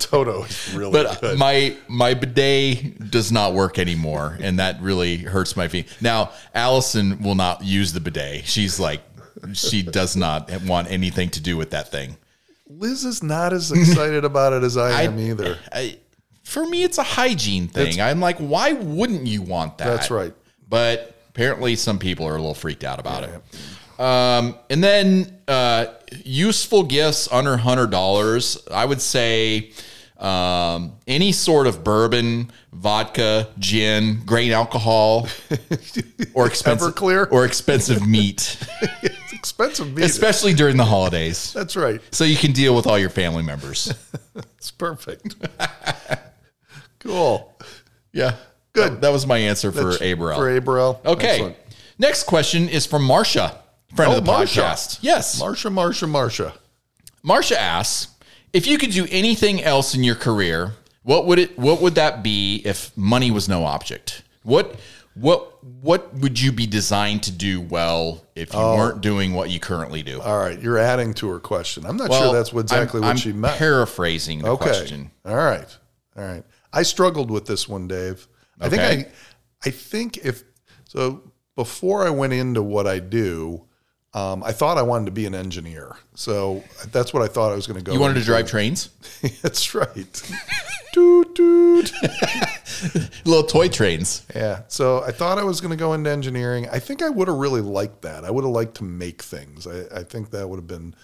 Speaker 2: Toto is really
Speaker 1: But uh,
Speaker 2: good.
Speaker 1: my my bidet does not work anymore, and that really hurts my feet. Now Allison will not use the bidet. She's like, she does not want anything to do with that thing.
Speaker 2: Liz is not as excited about it as I, am either.
Speaker 1: I, for me, it's a hygiene thing. I'm like, why wouldn't you want that?
Speaker 2: That's right.
Speaker 1: But apparently, some people are a little freaked out about it. Um, and then uh, useful gifts under hundred dollars. I would say um, any sort of bourbon, vodka, gin, grain alcohol, or expensive
Speaker 2: Everclear?
Speaker 1: or expensive meat,
Speaker 2: It's expensive meat.
Speaker 1: especially during the holidays.
Speaker 2: That's right.
Speaker 1: So you can deal with all your family members.
Speaker 2: It's perfect. cool.
Speaker 1: Yeah.
Speaker 2: Good.
Speaker 1: That, that was my answer for Abrel.
Speaker 2: For Abrel.
Speaker 1: okay.
Speaker 2: Excellent.
Speaker 1: Next question is from Marsha, friend
Speaker 2: Oh,
Speaker 1: of the
Speaker 2: Marsha.
Speaker 1: podcast. Yes.
Speaker 2: Marsha, Marsha, Marsha.
Speaker 1: Marsha asks, if you could do anything else in your career, what would it what would that be if money was no object? What what what would you be designed to do well if you
Speaker 2: Oh.
Speaker 1: weren't doing what you currently do?
Speaker 2: All right. You're adding to her question. I'm not
Speaker 1: Well,
Speaker 2: sure that's what exactly
Speaker 1: I'm-
Speaker 2: what
Speaker 1: I'm
Speaker 2: she meant.
Speaker 1: Paraphrasing the
Speaker 2: okay.
Speaker 1: question.
Speaker 2: All right. All right. I struggled with this one, Dave. I think
Speaker 1: Okay.
Speaker 2: I I think if so before I went into what I do, um, I thought I wanted to be an engineer. So that's what I thought I was going to go.
Speaker 1: You wanted to drive trains?
Speaker 2: That's right. doot, doot.
Speaker 1: Little toy trains.
Speaker 2: Yeah. So I thought I was going to go into engineering. I think I would have really liked that. I would have liked to make things. I, I think that would have been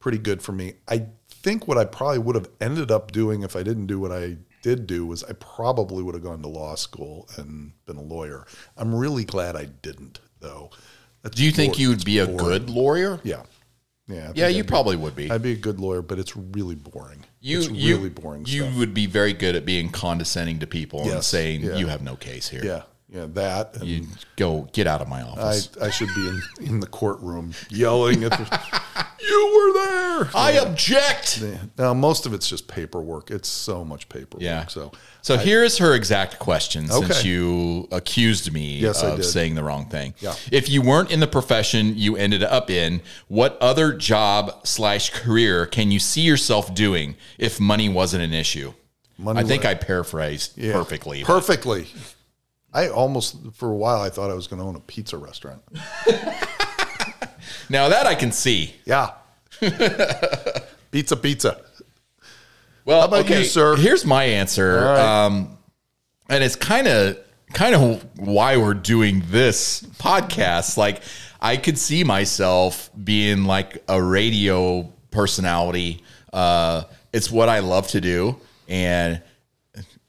Speaker 2: pretty good for me. I think what I probably would have ended up doing if I didn't do what I did do was I probably would have gone to law school and been a lawyer. I'm really glad I didn't, though. That's
Speaker 1: Do you think
Speaker 2: boring.
Speaker 1: you would be a good lawyer?
Speaker 2: Yeah. Yeah. I think
Speaker 1: Yeah, you
Speaker 2: I'd be-
Speaker 1: probably would be.
Speaker 2: I'd be a good lawyer, but it's really boring.
Speaker 1: You,
Speaker 2: it's
Speaker 1: you-
Speaker 2: really boring
Speaker 1: You
Speaker 2: stuff.
Speaker 1: would be very good at being condescending to people and
Speaker 2: Yes,
Speaker 1: saying
Speaker 2: yeah.
Speaker 1: you have no case here.
Speaker 2: Yeah. Yeah. That and
Speaker 1: You go get out of my
Speaker 2: I,
Speaker 1: office.
Speaker 2: I should be in, in the courtroom yelling at the.
Speaker 1: you were there. I object.
Speaker 2: now, most of it's just paperwork. It's so much paperwork.
Speaker 1: Yeah.
Speaker 2: So,
Speaker 1: So here is her exact question since
Speaker 2: Okay.
Speaker 1: you accused me
Speaker 2: Yes, I
Speaker 1: of
Speaker 2: did.
Speaker 1: saying the wrong thing.
Speaker 2: Yeah.
Speaker 1: If you weren't in the profession you ended up in, what other job slash career can you see yourself doing if money wasn't an issue?
Speaker 2: Money
Speaker 1: I think I paraphrased perfectly.
Speaker 2: perfectly. I almost, for a while, I thought I was going to own a pizza restaurant.
Speaker 1: now that I can see.
Speaker 2: Yeah. pizza, pizza.
Speaker 1: Well,
Speaker 2: about you, sir?
Speaker 1: Here's my answer, um, and it's kind of kind of why we're doing this podcast. Like, I could see myself being like a radio personality. Uh, it's what I love to do, and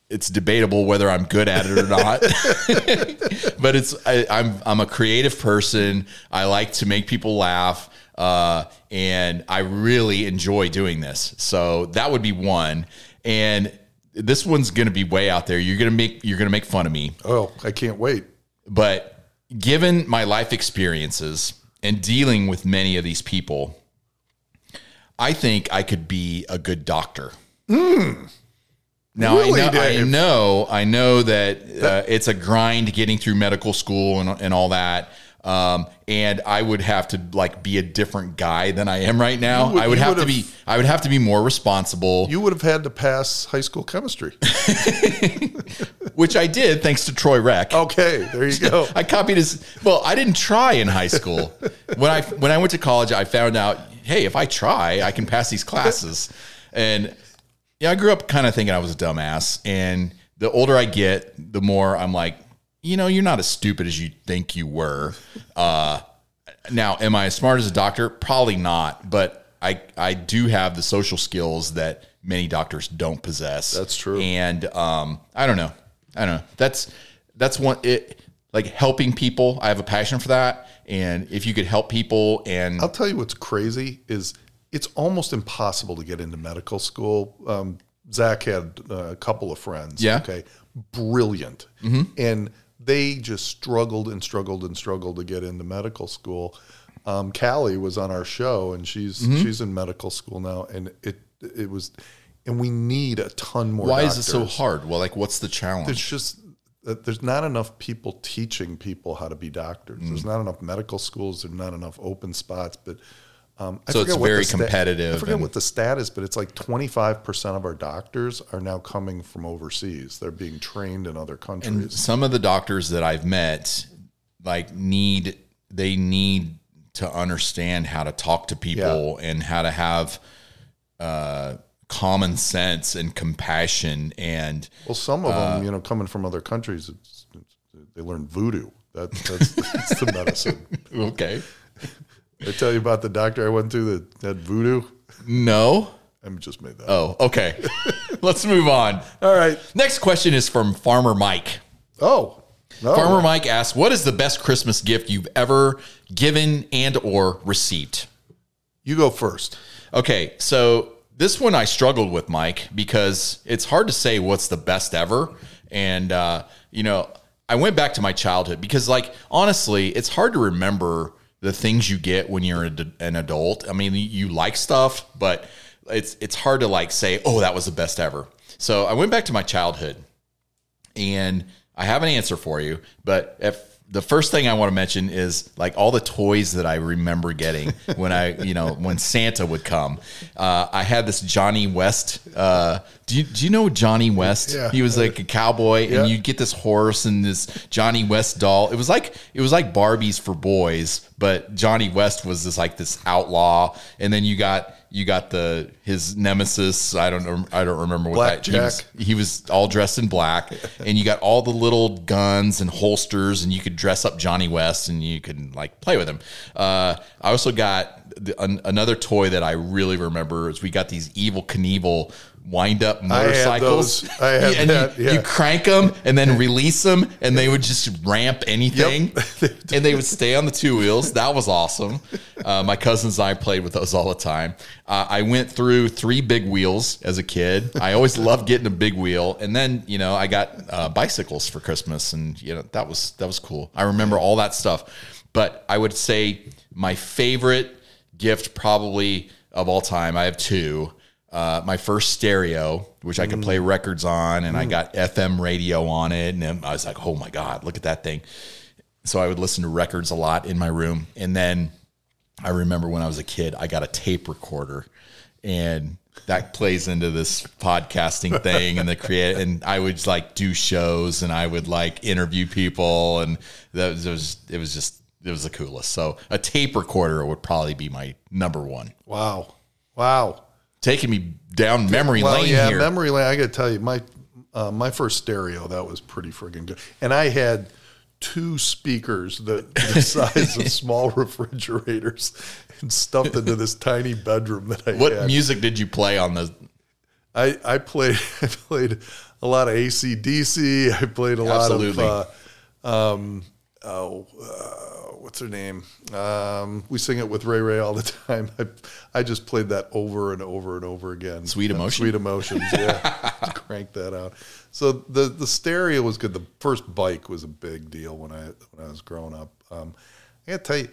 Speaker 1: it's debatable whether I'm good at it or not. but it's I, I'm I'm a creative person. I like to make people laugh, uh, and I really enjoy doing this. So that would be one. And this one's going to be way out there. You're going to make you're going to make fun of me,
Speaker 2: Oh, I can't wait.
Speaker 1: but given my life experiences and dealing with many of these people, I think I could be a good doctor. Now
Speaker 2: Really,
Speaker 1: I, know, I
Speaker 2: Dave?
Speaker 1: know I know that, uh, it's a grind getting through medical school and, and all that. Um, and I would have to like be a different guy than I am right now.
Speaker 2: You would-
Speaker 1: I would
Speaker 2: you
Speaker 1: have to
Speaker 2: would've-
Speaker 1: be I would have to be more responsible,
Speaker 2: You would have had to pass high school chemistry.
Speaker 1: which I did thanks to Troy Reck.
Speaker 2: Okay, there you go.
Speaker 1: I copied his. Well, I didn't try in high school. when I when I went to college, I found out, hey, if I try, I can pass these classes. And yeah, I grew up kind of thinking I was a dumbass. And the older I get, the more I'm like, you know, you're not as stupid as you think you were. Uh, now, am I as smart as a doctor? Probably not, but I I do have the social skills that many doctors don't possess.
Speaker 2: That's true.
Speaker 1: And um, I don't know, I don't know. That's that's one it like helping people. I have a passion for that, and if you could help people, and
Speaker 2: I'll tell you what's crazy is it's almost impossible to get into medical school. Um, Zach had uh, a couple of friends.
Speaker 1: Yeah. Mm-hmm.
Speaker 2: Okay. Brilliant. And they just struggled and struggled and struggled to get into medical school. Um, Callie was on our show and she's
Speaker 1: Mm-hmm.
Speaker 2: she's in medical school now and it it was and we need a ton more
Speaker 1: why
Speaker 2: doctors
Speaker 1: is it so hard? Well, like, what's the challenge?
Speaker 2: it's just that there's not enough people
Speaker 1: Mm.
Speaker 2: teaching people how to be doctors. There's not enough medical schools. There's not enough open spots. But Um, I
Speaker 1: So it's
Speaker 2: forget what the
Speaker 1: very
Speaker 2: sta-
Speaker 1: competitive
Speaker 2: I forget
Speaker 1: and-
Speaker 2: what the stat is, but it's like 25% of our doctors are now coming from overseas. They're being trained in other countries.
Speaker 1: some of the doctors that I've met like need they need to understand how to talk to people and how to have uh, common sense and compassion and
Speaker 2: well, some of
Speaker 1: uh,
Speaker 2: them, you know, coming from other countries, it's, it's, they learn voodoo. That, that's, that's the medicine.
Speaker 1: okay
Speaker 2: Did I tell you about the doctor I went to that had voodoo.
Speaker 1: no
Speaker 2: I just made that. up.
Speaker 1: oh okay let's move on
Speaker 2: All right.
Speaker 1: next question is from farmer mike
Speaker 2: Oh, no.
Speaker 1: farmer mike asks what is the best christmas gift you've ever given and or received
Speaker 2: you go first.
Speaker 1: Okay, so this one I struggled with, Mike, because it's hard to say what's the best ever. And, uh, you know, I went back to my childhood because, like, honestly, it's hard to remember the things you get when you're ad- an adult. I mean, you like stuff, but it's it's hard to like say, "Oh, that was the best ever." So I went back to my childhood, and I have an answer for you. But if the first thing I want to mention is like all the toys that I remember getting when I, you know, when Santa would come. Uh, I had this Johnny West. Uh, do you do you know Johnny West?
Speaker 2: Yeah.
Speaker 1: He was like a cowboy,
Speaker 2: Yeah.
Speaker 1: and you'd get this horse and this Johnny West doll. It was like it was like Barbies for boys, but Johnny West was this like this outlaw, and then you got. You got the his nemesis. I don't. rem- I don't remember what that. he was-
Speaker 2: Blackjack.
Speaker 1: he was all dressed in black and you got all the little guns and holsters and you could dress up johnny west and you could like play with him uh, i also got the, an, another toy that i really remember is we got these evil knievel wind-up motorcycles
Speaker 2: those. I had
Speaker 1: and you-
Speaker 2: that,
Speaker 1: you,
Speaker 2: yeah.
Speaker 1: crank them and then release them and they would just ramp anything and they would stay on the two wheels that was awesome uh, my cousins and i played with those all the time uh, i went through three big wheels as a kid i always loved getting a big wheel and then you know i got uh, bicycles for christmas and you know that was that was cool i remember all that stuff but i would say my favorite gift probably of all time i have two uh, my first stereo, which I could play records on, and I got FM radio on it. And then I was like, oh my God, look at that thing. So I would listen to records a lot in my room. And then I remember when I was a kid, I got a tape recorder, and that plays into this podcasting thing and the create. And I would like do shows, and I would like interview people, and that was, it was it was just it was the coolest. So a tape recorder would probably be my number one.
Speaker 2: Wow. Wow.
Speaker 1: Taking me down memory
Speaker 2: Well,
Speaker 1: lane
Speaker 2: yeah,
Speaker 1: here.
Speaker 2: memory lane. I got to tell you, my uh, my first stereo that was pretty friggin' good, and I had two speakers that the size of small refrigerators and stuffed into this tiny bedroom that I
Speaker 1: What
Speaker 2: had.
Speaker 1: music did you play on the?
Speaker 2: I I played I played a lot of ACDC. I played a
Speaker 1: Absolutely.
Speaker 2: lot of. Uh, um, oh, uh, what's her name? Um, we sing it with Ray Ray all the time. I, I just played that over and over and over again.
Speaker 1: Sweet
Speaker 2: And
Speaker 1: Emotion?
Speaker 2: Sweet emotions. Yeah, crank that out. So the the stereo was good. The first bike was a big deal when I when I was growing up. Um, I gotta tell you,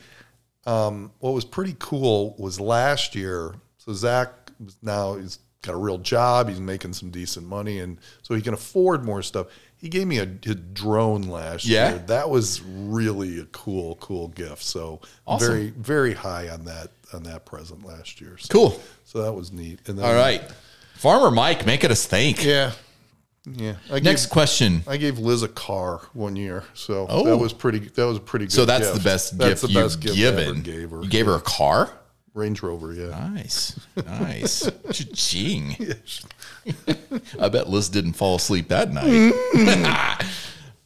Speaker 2: um, what was pretty cool was last year. So Zach was now he's got a real job. He's making some decent money, and so he can afford more stuff. He gave me a, his drone last
Speaker 1: Yeah.
Speaker 2: year. That was really a cool, cool gift. So I'm
Speaker 1: Awesome.
Speaker 2: very, very high on that on that present last year. So,
Speaker 1: Cool.
Speaker 2: So that was neat. And then,
Speaker 1: All right, Farmer Mike making us think.
Speaker 2: Yeah. Yeah. I
Speaker 1: Next
Speaker 2: gave,
Speaker 1: question.
Speaker 2: I gave Liz a car one year, so
Speaker 1: Oh.
Speaker 2: that was pretty. That was a pretty good.
Speaker 1: So that's
Speaker 2: gift.
Speaker 1: the best
Speaker 2: That's
Speaker 1: gift you've given.
Speaker 2: I ever gave her.
Speaker 1: You gave her a car.
Speaker 2: Range Rover, yeah.
Speaker 1: Nice, nice. Ching. I bet Liz didn't fall asleep that night.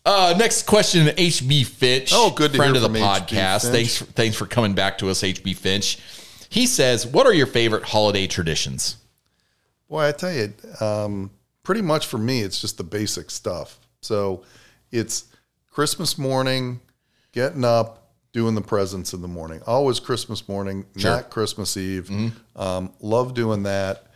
Speaker 1: uh, next question, HB Finch.
Speaker 2: Oh, good to
Speaker 1: friend
Speaker 2: hear
Speaker 1: of the
Speaker 2: from HB
Speaker 1: podcast.
Speaker 2: Finch.
Speaker 1: Thanks, thanks for coming back to us, HB Finch. He says, "What are your favorite holiday traditions?"
Speaker 2: Boy, I tell you, um, pretty much for me, it's just the basic stuff. So it's Christmas morning, getting up, doing the presents in the morning. Always Christmas morning, not Christmas Eve.
Speaker 1: Mm-hmm.
Speaker 2: Um, love doing that.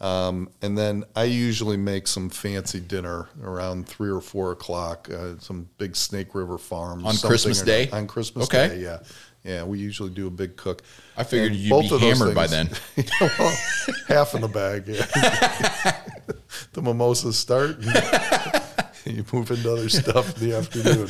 Speaker 2: Um, and then I usually make some fancy dinner around three or four o'clock, uh, some big Snake River Farm
Speaker 1: On
Speaker 2: something
Speaker 1: Christmas
Speaker 2: or-
Speaker 1: Day?
Speaker 2: On Christmas
Speaker 1: Okay.
Speaker 2: Day, yeah, yeah. We usually do a big cook.
Speaker 1: I figured
Speaker 2: And
Speaker 1: you'd
Speaker 2: both
Speaker 1: be
Speaker 2: of those
Speaker 1: hammered by
Speaker 2: things-
Speaker 1: then.
Speaker 2: Well, half in the bag. Yeah. the mimosas start. And you move into other stuff in the afternoon.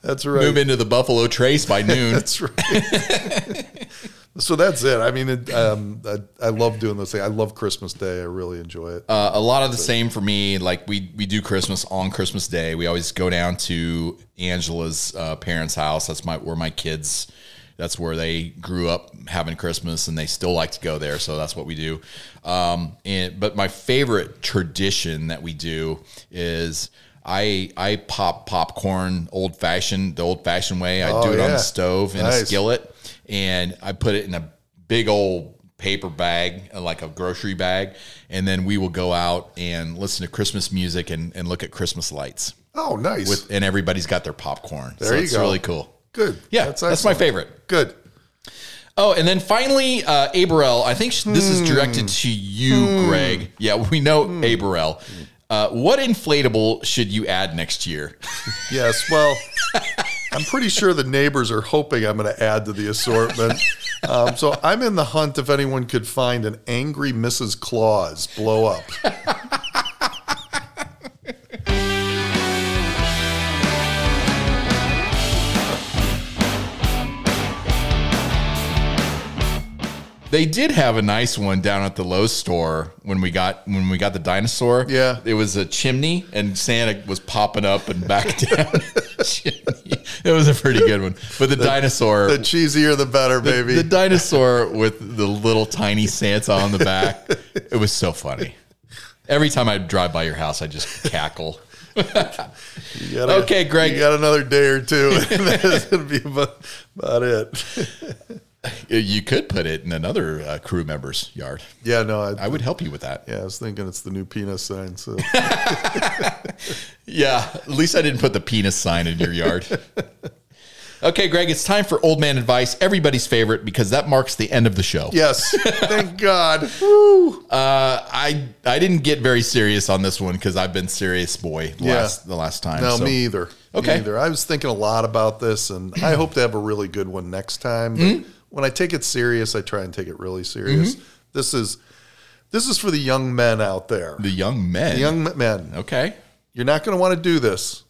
Speaker 2: That's right.
Speaker 1: Move into the Buffalo Trace by noon.
Speaker 2: That's right. So that's it. I mean, it, um, I, I love doing this thing. I love Christmas Day. I really enjoy it.
Speaker 1: Uh, a lot of the same for me. Like we we do Christmas on Christmas Day. We always go down to Angela's uh, parents' house. That's my where my kids. That's where they grew up having Christmas, and they still like to go there. So that's what we do. Um, and but my favorite tradition that we do is. I, I pop popcorn old fashioned the old fashioned way. I
Speaker 2: Oh,
Speaker 1: do it on
Speaker 2: yeah.
Speaker 1: the stove in
Speaker 2: Nice.
Speaker 1: a skillet, and I put it in a big old paper bag, uh, like a grocery bag, and then we will go out and listen to Christmas music and, and look at Christmas lights.
Speaker 2: Oh, nice.
Speaker 1: And everybody's got their popcorn.
Speaker 2: There
Speaker 1: so
Speaker 2: you
Speaker 1: it's
Speaker 2: go.
Speaker 1: really cool.
Speaker 2: Good.
Speaker 1: Yeah, that's, my
Speaker 2: excellent.
Speaker 1: favorite.
Speaker 2: Good.
Speaker 1: Oh, and then finally, uh, Aberell. I think sh- this
Speaker 2: Hmm.
Speaker 1: is directed to you, Greg. Yeah, we know Aberell. Uh, what inflatable should you add next year?
Speaker 2: Yes. Well, I'm pretty sure the neighbors are hoping I'm going to add to the assortment. Um, so I'm in the hunt if anyone could find an angry Mrs. Claus blow up.
Speaker 1: They did have a nice one down at the Lowe's store when we got when we got the dinosaur.
Speaker 2: Yeah.
Speaker 1: it was a chimney, and Santa was popping up and back down. the chimney. It was a pretty good one, but the, dinosaur,
Speaker 2: The cheesier the better, baby.
Speaker 1: the dinosaur with the little tiny Santa on the back, it was so funny. Every time I drive by your house, I just cackle.
Speaker 2: You gotta-
Speaker 1: Okay, Greg.
Speaker 2: You got another day or two, and that's going to be about, about it.
Speaker 1: You could put it in another uh, crew member's yard.
Speaker 2: Yeah, no, I,
Speaker 1: I would help you with that.
Speaker 2: yeah, I was thinking it's the new penis sign. So
Speaker 1: Yeah, at least I didn't put the penis sign in your yard. okay, Greg, it's time for old man advice, everybody's favorite, because that marks the end of the show.
Speaker 2: yes, thank God.
Speaker 1: Uh, I I didn't get very serious on this one because I've been serious, boy,
Speaker 2: Yeah.
Speaker 1: last the last time.
Speaker 2: No,
Speaker 1: so-
Speaker 2: me either. Me
Speaker 1: Okay.
Speaker 2: either. I was thinking a lot about this, and I hope to have a really good one next time. But
Speaker 1: Mm-hmm.
Speaker 2: When I take it serious, I try and take it really serious. This is this is for the young men out there.
Speaker 1: the young men.
Speaker 2: young m- men,
Speaker 1: okay,
Speaker 2: you're not going to want to do this.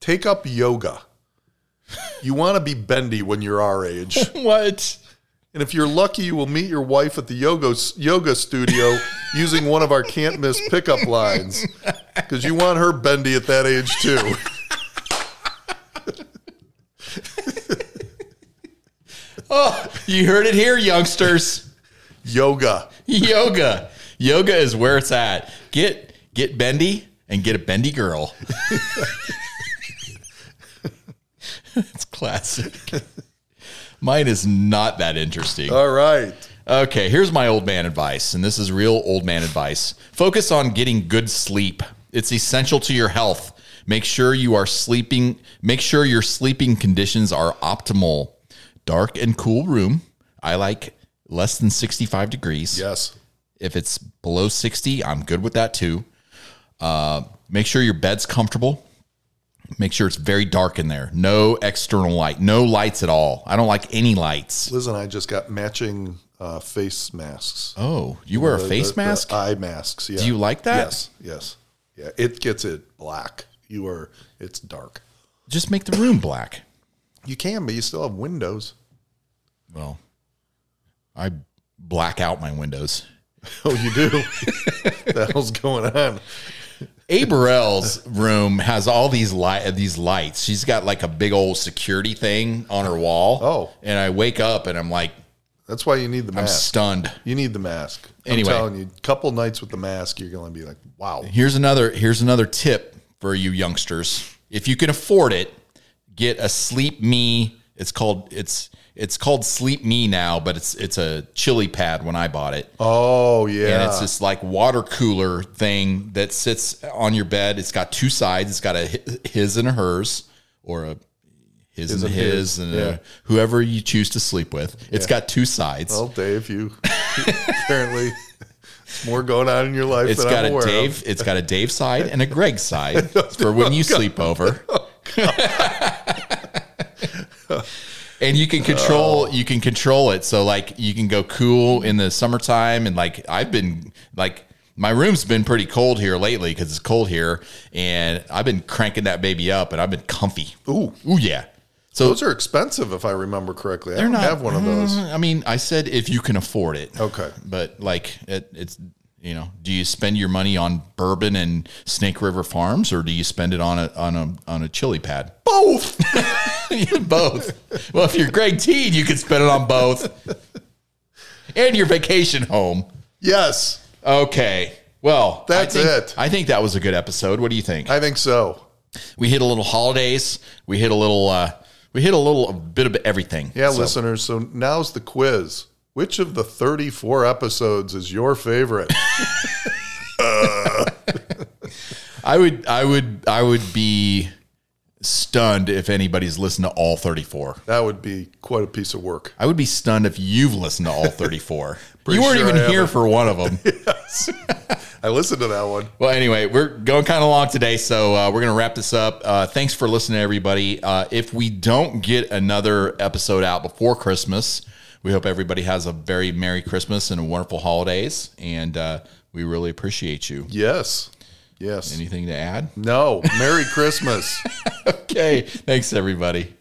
Speaker 2: Take up yoga. You want to be bendy when you're our age.
Speaker 1: what?
Speaker 2: And if you're lucky, you will meet your wife at the yoga yoga studio using one of our can't miss pickup lines because you want her bendy at that age too.
Speaker 1: Oh, you heard it here, youngsters.
Speaker 2: Yoga.
Speaker 1: Yoga, yoga is where it's at. Get get bendy and get a bendy girl. It's classic. Mine is not that interesting.
Speaker 2: All right.
Speaker 1: Okay, here's my old man advice, and this is real old man advice. Focus on getting good sleep. It's essential to your health. Make sure you are sleeping, make sure your sleeping conditions are optimal. Dark and cool room. I like less than 65 degrees.
Speaker 2: Yes.
Speaker 1: If it's below 60, I'm good with that too. Uh, make sure your bed's comfortable. Make sure it's very dark in there. No external light, no lights at all. I don't like any lights.
Speaker 2: Liz and I just got matching uh, face masks.
Speaker 1: Oh, you wear a
Speaker 2: The-
Speaker 1: face
Speaker 2: the- the
Speaker 1: mask?
Speaker 2: eye masks. Yeah.
Speaker 1: Do you like that?
Speaker 2: Yes. Yes. Yeah. It gets it black. You are. It's dark.
Speaker 1: Just make the room black.
Speaker 2: You can, but you still have windows.
Speaker 1: Well, I black out my windows.
Speaker 2: Oh, you do. what the hell's going on?
Speaker 1: Aberell's room has all these light these lights. She's got like a big old security thing on her wall.
Speaker 2: Oh.
Speaker 1: and I wake up and I'm like
Speaker 2: That's why you need the mask.
Speaker 1: stunned.
Speaker 2: You need the mask.
Speaker 1: Anyway.
Speaker 2: I'm telling you, couple nights with the mask, you're going to be like, wow.
Speaker 1: Here's another here's another tip for you youngsters. If you can afford it, get a Sleep Me. It's called it's it's called Sleep Me now, but it's it's a chili pad when I bought it.
Speaker 2: Oh yeah.
Speaker 1: and it's this like water cooler thing that sits on your bed. It's got two sides. It's got a hi- his and a hers, or a his, and
Speaker 2: and
Speaker 1: his,
Speaker 2: his,
Speaker 1: and
Speaker 2: yeah.
Speaker 1: a, whoever you choose to sleep with. It's got two sides.
Speaker 2: well, Dave, you apparently it's more going on in your life
Speaker 1: it's
Speaker 2: than
Speaker 1: got
Speaker 2: I'm
Speaker 1: a
Speaker 2: aware
Speaker 1: Dave.
Speaker 2: of.
Speaker 1: It's got a Dave side and a Greg side for when you sleep over.
Speaker 2: Oh,
Speaker 1: and you can
Speaker 2: Oh.
Speaker 1: control you can control it so like you can go cool in the summertime and like i've been like my room's been pretty cold here lately because it's cold here and i've been cranking that baby up and i've been comfy
Speaker 2: Ooh.
Speaker 1: ooh yeah So
Speaker 2: Those are expensive, if I remember correctly. I don't have one of those.
Speaker 1: Mm, I mean, I said if you can afford it.
Speaker 2: Okay.
Speaker 1: But like, it, it's you know, do you spend your money on bourbon and Snake River Farms, or do you spend it on a on a on a chili pad? Both.
Speaker 2: Oh,
Speaker 1: both. Well, if you're Greg Teen, you can spend it on both, and your vacation home.
Speaker 2: Yes,
Speaker 1: Okay. Well, I
Speaker 2: That's
Speaker 1: think-
Speaker 2: it.
Speaker 1: I think that was a good episode. What do you think?
Speaker 2: I think so.
Speaker 1: we hit a little holidays. We hit a little. uh We hit a little a bit of everything.
Speaker 2: Yeah,
Speaker 1: So-
Speaker 2: listeners. So now's the quiz. Which of the 34 episodes is your favorite?
Speaker 1: I would, I would, I would be stunned if anybody's listened to all 34.
Speaker 2: that would be quite a piece of work.
Speaker 1: I would be stunned if you've listened to all 34. you weren't
Speaker 2: sure
Speaker 1: even
Speaker 2: I
Speaker 1: here for one of them.
Speaker 2: I listened to that one.
Speaker 1: well, anyway, we're going kind of long today, so uh, we're going to wrap this up. Uh, thanks for listening, everybody. Uh, if we don't get another episode out before Christmas, we hope everybody has a very Merry Christmas and a wonderful holidays, and uh, we really appreciate you.
Speaker 2: Yes. Yes.
Speaker 1: Anything to add?
Speaker 2: No. Merry Christmas.
Speaker 1: Okay. Thanks, everybody.